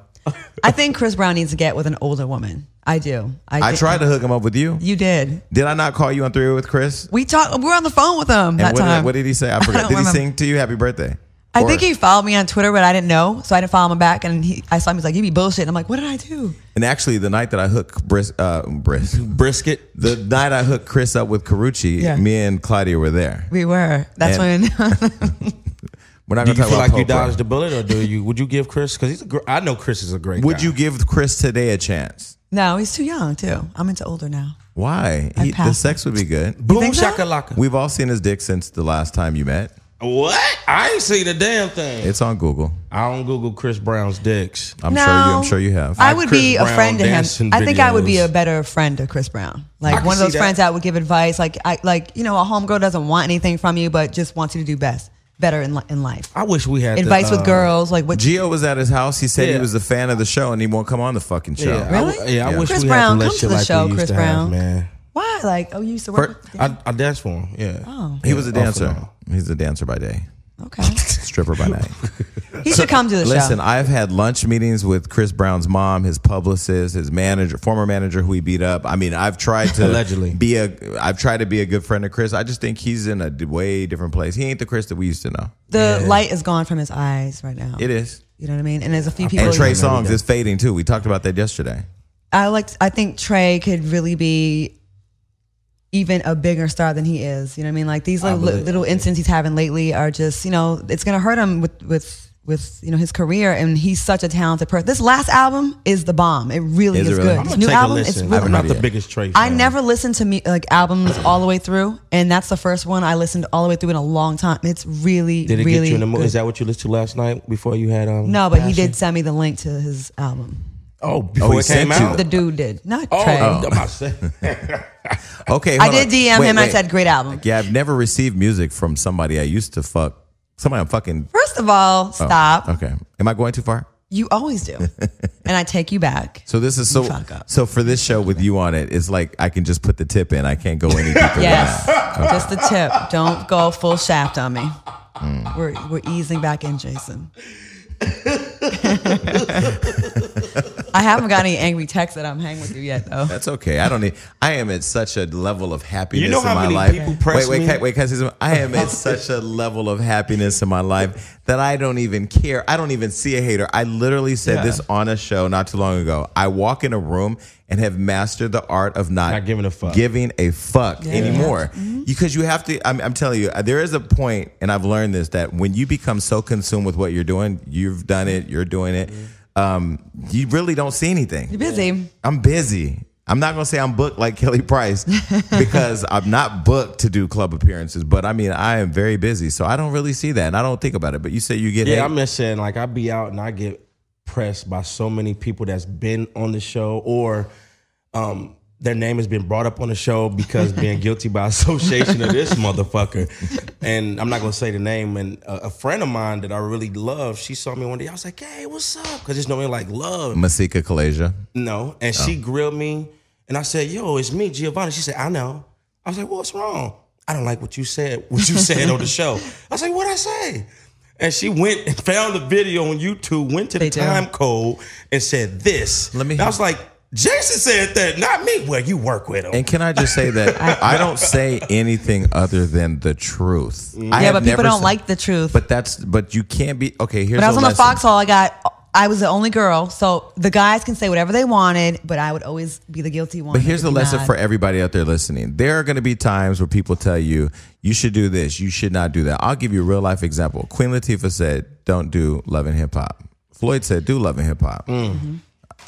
Speaker 3: I think Chris Brown needs to get with an older woman. I do.
Speaker 2: I
Speaker 3: did-
Speaker 2: tried to hook him up with you.
Speaker 3: You did.
Speaker 2: Did I not call you on three with Chris?
Speaker 3: We talked. We were on the phone with him that
Speaker 2: And what
Speaker 3: time.
Speaker 2: did, what did he say? I
Speaker 3: don't
Speaker 2: forgot. did he
Speaker 3: remember.
Speaker 2: sing to you "Happy Birthday"?
Speaker 3: I
Speaker 2: Or-
Speaker 3: think he followed me on Twitter, but I didn't know, so I didn't follow him back. And he, I saw him. He's like, "You be bullshit." And I'm like, "What did I do?"
Speaker 2: And actually, the night that I hooked Bris, uh, Bris,
Speaker 5: Brisket.
Speaker 2: the night I hooked Chris up with Carucci,
Speaker 3: Yeah.
Speaker 2: me and Claudia were there.
Speaker 3: We were. That's
Speaker 2: And-
Speaker 3: when.
Speaker 2: We're not
Speaker 5: Do
Speaker 2: gonna
Speaker 5: you
Speaker 2: talk
Speaker 5: feel
Speaker 2: about
Speaker 5: like you
Speaker 2: Pope, right?
Speaker 5: dodged a bullet, or do you? Would you give Chris? Because he's a. Gr- I know Chris is a great.
Speaker 2: Would
Speaker 5: guy.
Speaker 2: you give Chris today a chance?
Speaker 3: no, he's too young too. I'm into older now.
Speaker 2: Why?
Speaker 3: I
Speaker 2: He, the
Speaker 3: pass.
Speaker 2: sex would be good.
Speaker 5: boom
Speaker 3: think so?
Speaker 5: shakalaka?
Speaker 2: We've all seen his dick since the last time you met.
Speaker 5: What? I ain't seen a damn thing.
Speaker 2: It's on Google.
Speaker 5: I don't Google Chris Brown's dicks.
Speaker 2: I'm
Speaker 3: no,
Speaker 2: sure you. I'm sure you have.
Speaker 3: I would be
Speaker 5: Chris
Speaker 3: a
Speaker 5: Brown
Speaker 3: friend to him.
Speaker 5: dancing
Speaker 3: I think I would be
Speaker 5: videos.
Speaker 3: a better friend to Chris Brown.
Speaker 5: I
Speaker 3: Like
Speaker 5: can
Speaker 3: one of
Speaker 5: see
Speaker 3: those
Speaker 5: that.
Speaker 3: friends that would give advice. Like I, like you know, a homegirl doesn't want anything from you, but just wants you to do best, better in li- in life.
Speaker 5: I wish we had the,
Speaker 3: Advice
Speaker 5: uh,
Speaker 3: with girls, like what?
Speaker 2: Gio was at his house. He said he
Speaker 5: Yeah.
Speaker 2: was a fan of the show and he won't come on the fucking show.
Speaker 5: Yeah, I w-
Speaker 3: Really?
Speaker 5: yeah, I
Speaker 2: Yeah.
Speaker 5: wish
Speaker 3: Chris
Speaker 5: we
Speaker 3: Brown,
Speaker 5: had some
Speaker 3: come to
Speaker 5: shit
Speaker 3: the
Speaker 5: like
Speaker 3: show,
Speaker 5: we used
Speaker 3: Chris
Speaker 5: to
Speaker 3: Brown.
Speaker 5: Have, man.
Speaker 3: why? Like oh, you used to work. with-
Speaker 5: I, I danced for him. Yeah.
Speaker 3: oh,
Speaker 2: He was a
Speaker 5: Yeah, off and
Speaker 2: dancer.
Speaker 5: on.
Speaker 2: He's a dancer by day,
Speaker 3: okay.
Speaker 2: stripper by night.
Speaker 3: He should come to the
Speaker 2: Listen,
Speaker 3: show.
Speaker 2: I've had lunch meetings with Chris Brown's mom, his publicist, his manager, former manager who he beat up. I mean, I've tried to
Speaker 5: Allegedly.
Speaker 2: be a I've tried to be a good friend of Chris. I just think he's in a d- way different place. He ain't the Chris that we used to know.
Speaker 3: The light is gone from his eyes right now.
Speaker 2: It is.
Speaker 3: You know what I mean? And there's a few people.
Speaker 2: And Trey
Speaker 5: remember
Speaker 2: Songs
Speaker 5: that.
Speaker 2: is fading too. We talked about that yesterday.
Speaker 3: I like. I think Trey could really be even a bigger star than he is. You know what I mean? Like these little, little incidents he's having lately are just you know it's gonna hurt him with with with you know his career. And he's such a talented person. This last album is the bomb. It really
Speaker 2: Is
Speaker 3: is,
Speaker 2: it really?
Speaker 3: good.
Speaker 2: I'm
Speaker 3: His
Speaker 5: I'm
Speaker 3: new
Speaker 5: gonna take
Speaker 3: album
Speaker 5: a
Speaker 3: is
Speaker 5: listen.
Speaker 3: really
Speaker 5: I'm not
Speaker 2: heard it
Speaker 5: the
Speaker 2: yet.
Speaker 5: biggest Trey.
Speaker 3: I
Speaker 5: fan.
Speaker 3: never listened to me like albums all the way through, and that's the first one I listened all the way through in a long time. It's really,
Speaker 5: Did it
Speaker 3: really
Speaker 5: get you in the mood?
Speaker 3: good.
Speaker 5: Is that what you listened to last night before you had um?
Speaker 3: No, but he
Speaker 5: passion?
Speaker 3: did send me the link to his album.
Speaker 5: Oh, before
Speaker 2: he
Speaker 5: it came
Speaker 2: sent you
Speaker 5: out.
Speaker 2: the-
Speaker 3: The dude did, not
Speaker 5: oh,
Speaker 3: Trey.
Speaker 5: I'm about to say.
Speaker 2: Okay,
Speaker 3: I
Speaker 2: hold
Speaker 3: did
Speaker 2: on.
Speaker 3: DM
Speaker 2: Wait,
Speaker 3: him. I
Speaker 2: wait.
Speaker 3: said, "Great album."
Speaker 2: "Yeah, I've never received music from somebody I used to fuck. Somebody I'm fucking."
Speaker 3: First of all, stop.
Speaker 2: Oh, Okay, am I going too far?
Speaker 3: You always do, and I take you back.
Speaker 2: So this is so.
Speaker 3: fuck up.
Speaker 2: So for this show with you on it, it's like I can just put the tip in. I can't go any deeper. than
Speaker 3: Yes,
Speaker 2: that.
Speaker 3: just a tip. Don't go full shaft on me.
Speaker 2: Hmm.
Speaker 3: We're we're easing back in, Jason. I haven't got any angry texts that I'm hanging with you yet, though.
Speaker 2: That's okay. I don't need. I am at such a level of happiness
Speaker 5: You know how
Speaker 2: in my
Speaker 5: many
Speaker 2: life.
Speaker 5: people press
Speaker 2: wait, wait,
Speaker 5: me?
Speaker 2: Wait, wait, can I say something? I am at such a level of happiness in my life that I don't even care. I don't even see a hater. I literally said this on a show not too long ago. I walk in a room and have mastered the art of not,
Speaker 5: Not giving a fuck. Mm-hmm.
Speaker 2: giving a fuck
Speaker 3: Yeah.
Speaker 2: anymore. Because you have to. I'm, I'm telling you, there is a point, and I've learned this that when you become so consumed with what you're doing, you've done it, you're doing it.
Speaker 5: Mm-hmm.
Speaker 2: Um, you really don't see anything.
Speaker 3: You're busy.
Speaker 2: I'm busy. I'm not gonna say I'm booked like Kelly Price because I'm not booked to do club appearances, but I mean I am very busy, so I don't really see that, and I don't think about it. But you say you get
Speaker 5: Yeah,
Speaker 2: hate.
Speaker 5: I'm just saying, like, I be out and I get pressed by so many people that's been on the show or um, their name has been brought up on the show because being guilty by association of this motherfucker. And I'm not going to say the name. And a, a friend of mine that I really love, she saw me one day. I was like, hey, what's up? Because it's normally like love.
Speaker 2: Masika Kalasia.
Speaker 5: No. And she grilled me. And I said, yo, it's me, Giovanni. She said, I know. I was like, what's wrong? I don't like what you said, what you said on the show. I was like, what'd I say? And she went and found the video on YouTube, went to
Speaker 3: They
Speaker 5: the
Speaker 3: do.
Speaker 5: time code and said this.
Speaker 2: Let me-
Speaker 5: And I was like, Jason said that, not me. Well, you work with him.
Speaker 2: And can I just say that I don't say anything other than the truth.
Speaker 5: Mm.
Speaker 2: I
Speaker 3: Yeah,
Speaker 2: have
Speaker 3: but people
Speaker 2: never
Speaker 3: don't
Speaker 2: said-
Speaker 3: like the truth.
Speaker 2: But that's but you can't be okay. Here's
Speaker 3: When I was
Speaker 2: a
Speaker 3: on the
Speaker 2: lesson.
Speaker 3: foxhole, I got I was the only girl, so the guys can say whatever they wanted, but I would always be the guilty one.
Speaker 2: But here's the
Speaker 3: They'd be
Speaker 2: lesson
Speaker 3: mad.
Speaker 2: for everybody out there listening. There are going to be times where people tell you, you should do this, you should not do that. I'll give you a real life example. Queen Latifah said, don't do love and hip hop. Floyd said, do love and hip hop.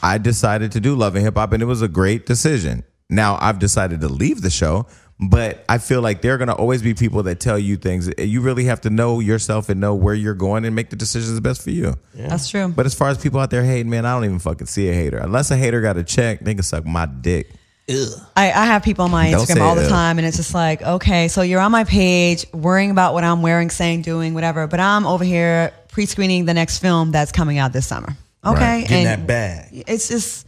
Speaker 2: I decided to do love and hip hop, and it was a great decision. Now I've decided to leave the show, But I feel like there are going to always be people that tell you things. You really have to know yourself and know where you're going and make the decisions that's best for you.
Speaker 3: That's true.
Speaker 2: But as far as people out there hating, man, I don't even fucking see a hater. Unless a hater got a check, they can suck my dick.
Speaker 3: I, I have people on my
Speaker 2: Don't say
Speaker 3: Instagram all
Speaker 2: it.
Speaker 3: the time, and it's just like, okay, so you're on my page worrying about what I'm wearing, saying, doing, whatever, but I'm over here pre screening the next film that's coming out this summer. Okay.
Speaker 5: Getting
Speaker 3: and
Speaker 5: that bag.
Speaker 3: it's just,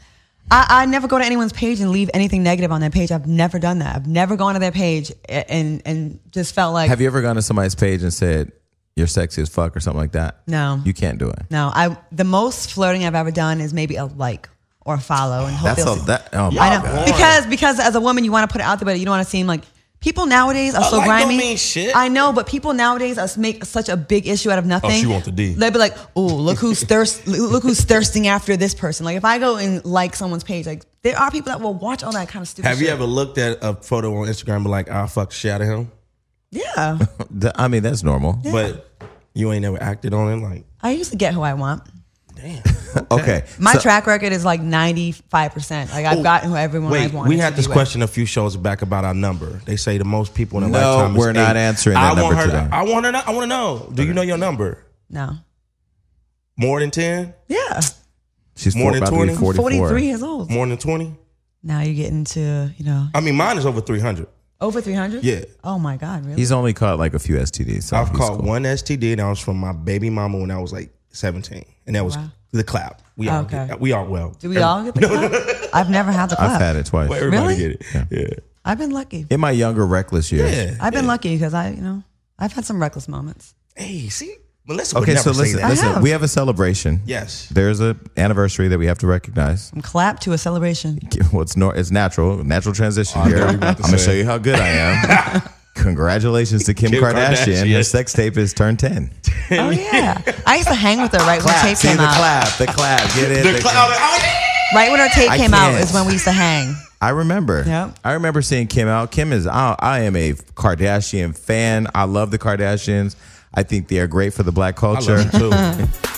Speaker 3: I, I never go to anyone's page and leave anything negative on their page. I've never done that. I've never gone to their page a- and, and just felt like,
Speaker 2: Have you ever gone to somebody's page and said, you're sexy as fuck or something like that?
Speaker 3: No.
Speaker 2: You can't do it.
Speaker 3: no, I, the most flirting I've ever done is maybe a like or a follow and hope
Speaker 2: That's
Speaker 3: they'll
Speaker 2: all
Speaker 3: see-
Speaker 2: that. Oh, my
Speaker 3: I know
Speaker 2: God.
Speaker 3: because because as a woman you want to put it out there, but you don't want to seem like people nowadays are so
Speaker 5: like don't
Speaker 3: grimy.
Speaker 5: mean shit. Oh,
Speaker 3: I know, but people nowadays us make such a big issue out of nothing.
Speaker 5: she want the D.
Speaker 3: They'd be like, "Oh, look who's thirst, look who's thirsting after this person." Like if I go and like someone's page, like there are people that will watch all that kind of stupid.
Speaker 5: Have you
Speaker 3: shit.
Speaker 5: ever looked at a photo on Instagram and be like, I fuck shit out of him?
Speaker 3: Yeah,
Speaker 2: Th- I mean, that's normal.
Speaker 5: But you ain't never acted on it like
Speaker 3: I used to get who I want.
Speaker 2: Okay.
Speaker 3: My
Speaker 2: so-
Speaker 3: track record is like ninety five percent. Like I've
Speaker 5: Oh,
Speaker 3: gotten who everyone I
Speaker 5: Wait,
Speaker 3: wanted.
Speaker 5: we
Speaker 3: to
Speaker 5: had
Speaker 3: be
Speaker 5: this
Speaker 3: with.
Speaker 5: question a few shows back about our number. They say the most people in a
Speaker 2: No,
Speaker 5: lifetime. is
Speaker 2: we're not
Speaker 5: eight.
Speaker 2: answering that
Speaker 5: I want
Speaker 2: number
Speaker 5: her
Speaker 2: today.
Speaker 5: To, I want to know. I want to know. Do you know your number?
Speaker 3: No.
Speaker 5: More than ten?
Speaker 3: Yeah,
Speaker 2: She's
Speaker 5: More
Speaker 2: four,
Speaker 5: than
Speaker 2: about to be
Speaker 5: 20?
Speaker 2: 44.
Speaker 3: forty three years old.
Speaker 5: More than twenty?
Speaker 3: Now you get into you know
Speaker 5: I mean, mine is over three hundred.
Speaker 3: over three hundred.
Speaker 5: Yeah.
Speaker 3: Oh my God, really?
Speaker 2: He's only caught like a few STDs. So
Speaker 5: I've
Speaker 2: he's
Speaker 5: caught
Speaker 2: cool.
Speaker 5: one STD, and that was from my baby mama when I was like seventeen, and that was
Speaker 3: Wow.
Speaker 5: the clap. We all
Speaker 3: Okay.
Speaker 5: get, we all well.
Speaker 3: Do we all get the clap? I've never had the clap.
Speaker 2: I've had it twice.
Speaker 5: Everybody
Speaker 3: Really?
Speaker 5: get it. Yeah.
Speaker 3: I've been lucky.
Speaker 2: In my younger, reckless years.
Speaker 5: Yeah.
Speaker 3: I've been lucky because I, you know, I've had some reckless moments.
Speaker 5: Hey, see, Melissa would
Speaker 2: Okay,
Speaker 5: never
Speaker 2: so
Speaker 5: say
Speaker 2: listen,
Speaker 5: that.
Speaker 2: listen.
Speaker 3: have.
Speaker 2: We have a celebration.
Speaker 5: Yes.
Speaker 2: There's a anniversary that we have to recognize.
Speaker 3: From clap to a celebration.
Speaker 2: Well, it's, nor- it's natural, natural transition here.
Speaker 5: know what
Speaker 2: I'm
Speaker 5: you're about to
Speaker 2: going to
Speaker 5: say.
Speaker 2: show you how good I am. Congratulations to Kim,
Speaker 5: Kim
Speaker 2: Kardashian.
Speaker 5: Kardashian.
Speaker 2: Her sex tape is turned 10.
Speaker 3: Oh yeah, I used to hang with her right when tape
Speaker 2: See the
Speaker 3: came out.
Speaker 2: clap, the clap. Get it.
Speaker 5: The cloud. oh,
Speaker 3: Right when her tape
Speaker 2: I
Speaker 3: came out
Speaker 2: can't.
Speaker 3: is when we used to hang.
Speaker 2: I remember.
Speaker 3: Yep.
Speaker 2: I remember seeing Kim out. Kim is. I, I am a Kardashian fan. I love the Kardashians. I think they are great for the black culture.
Speaker 5: yeah.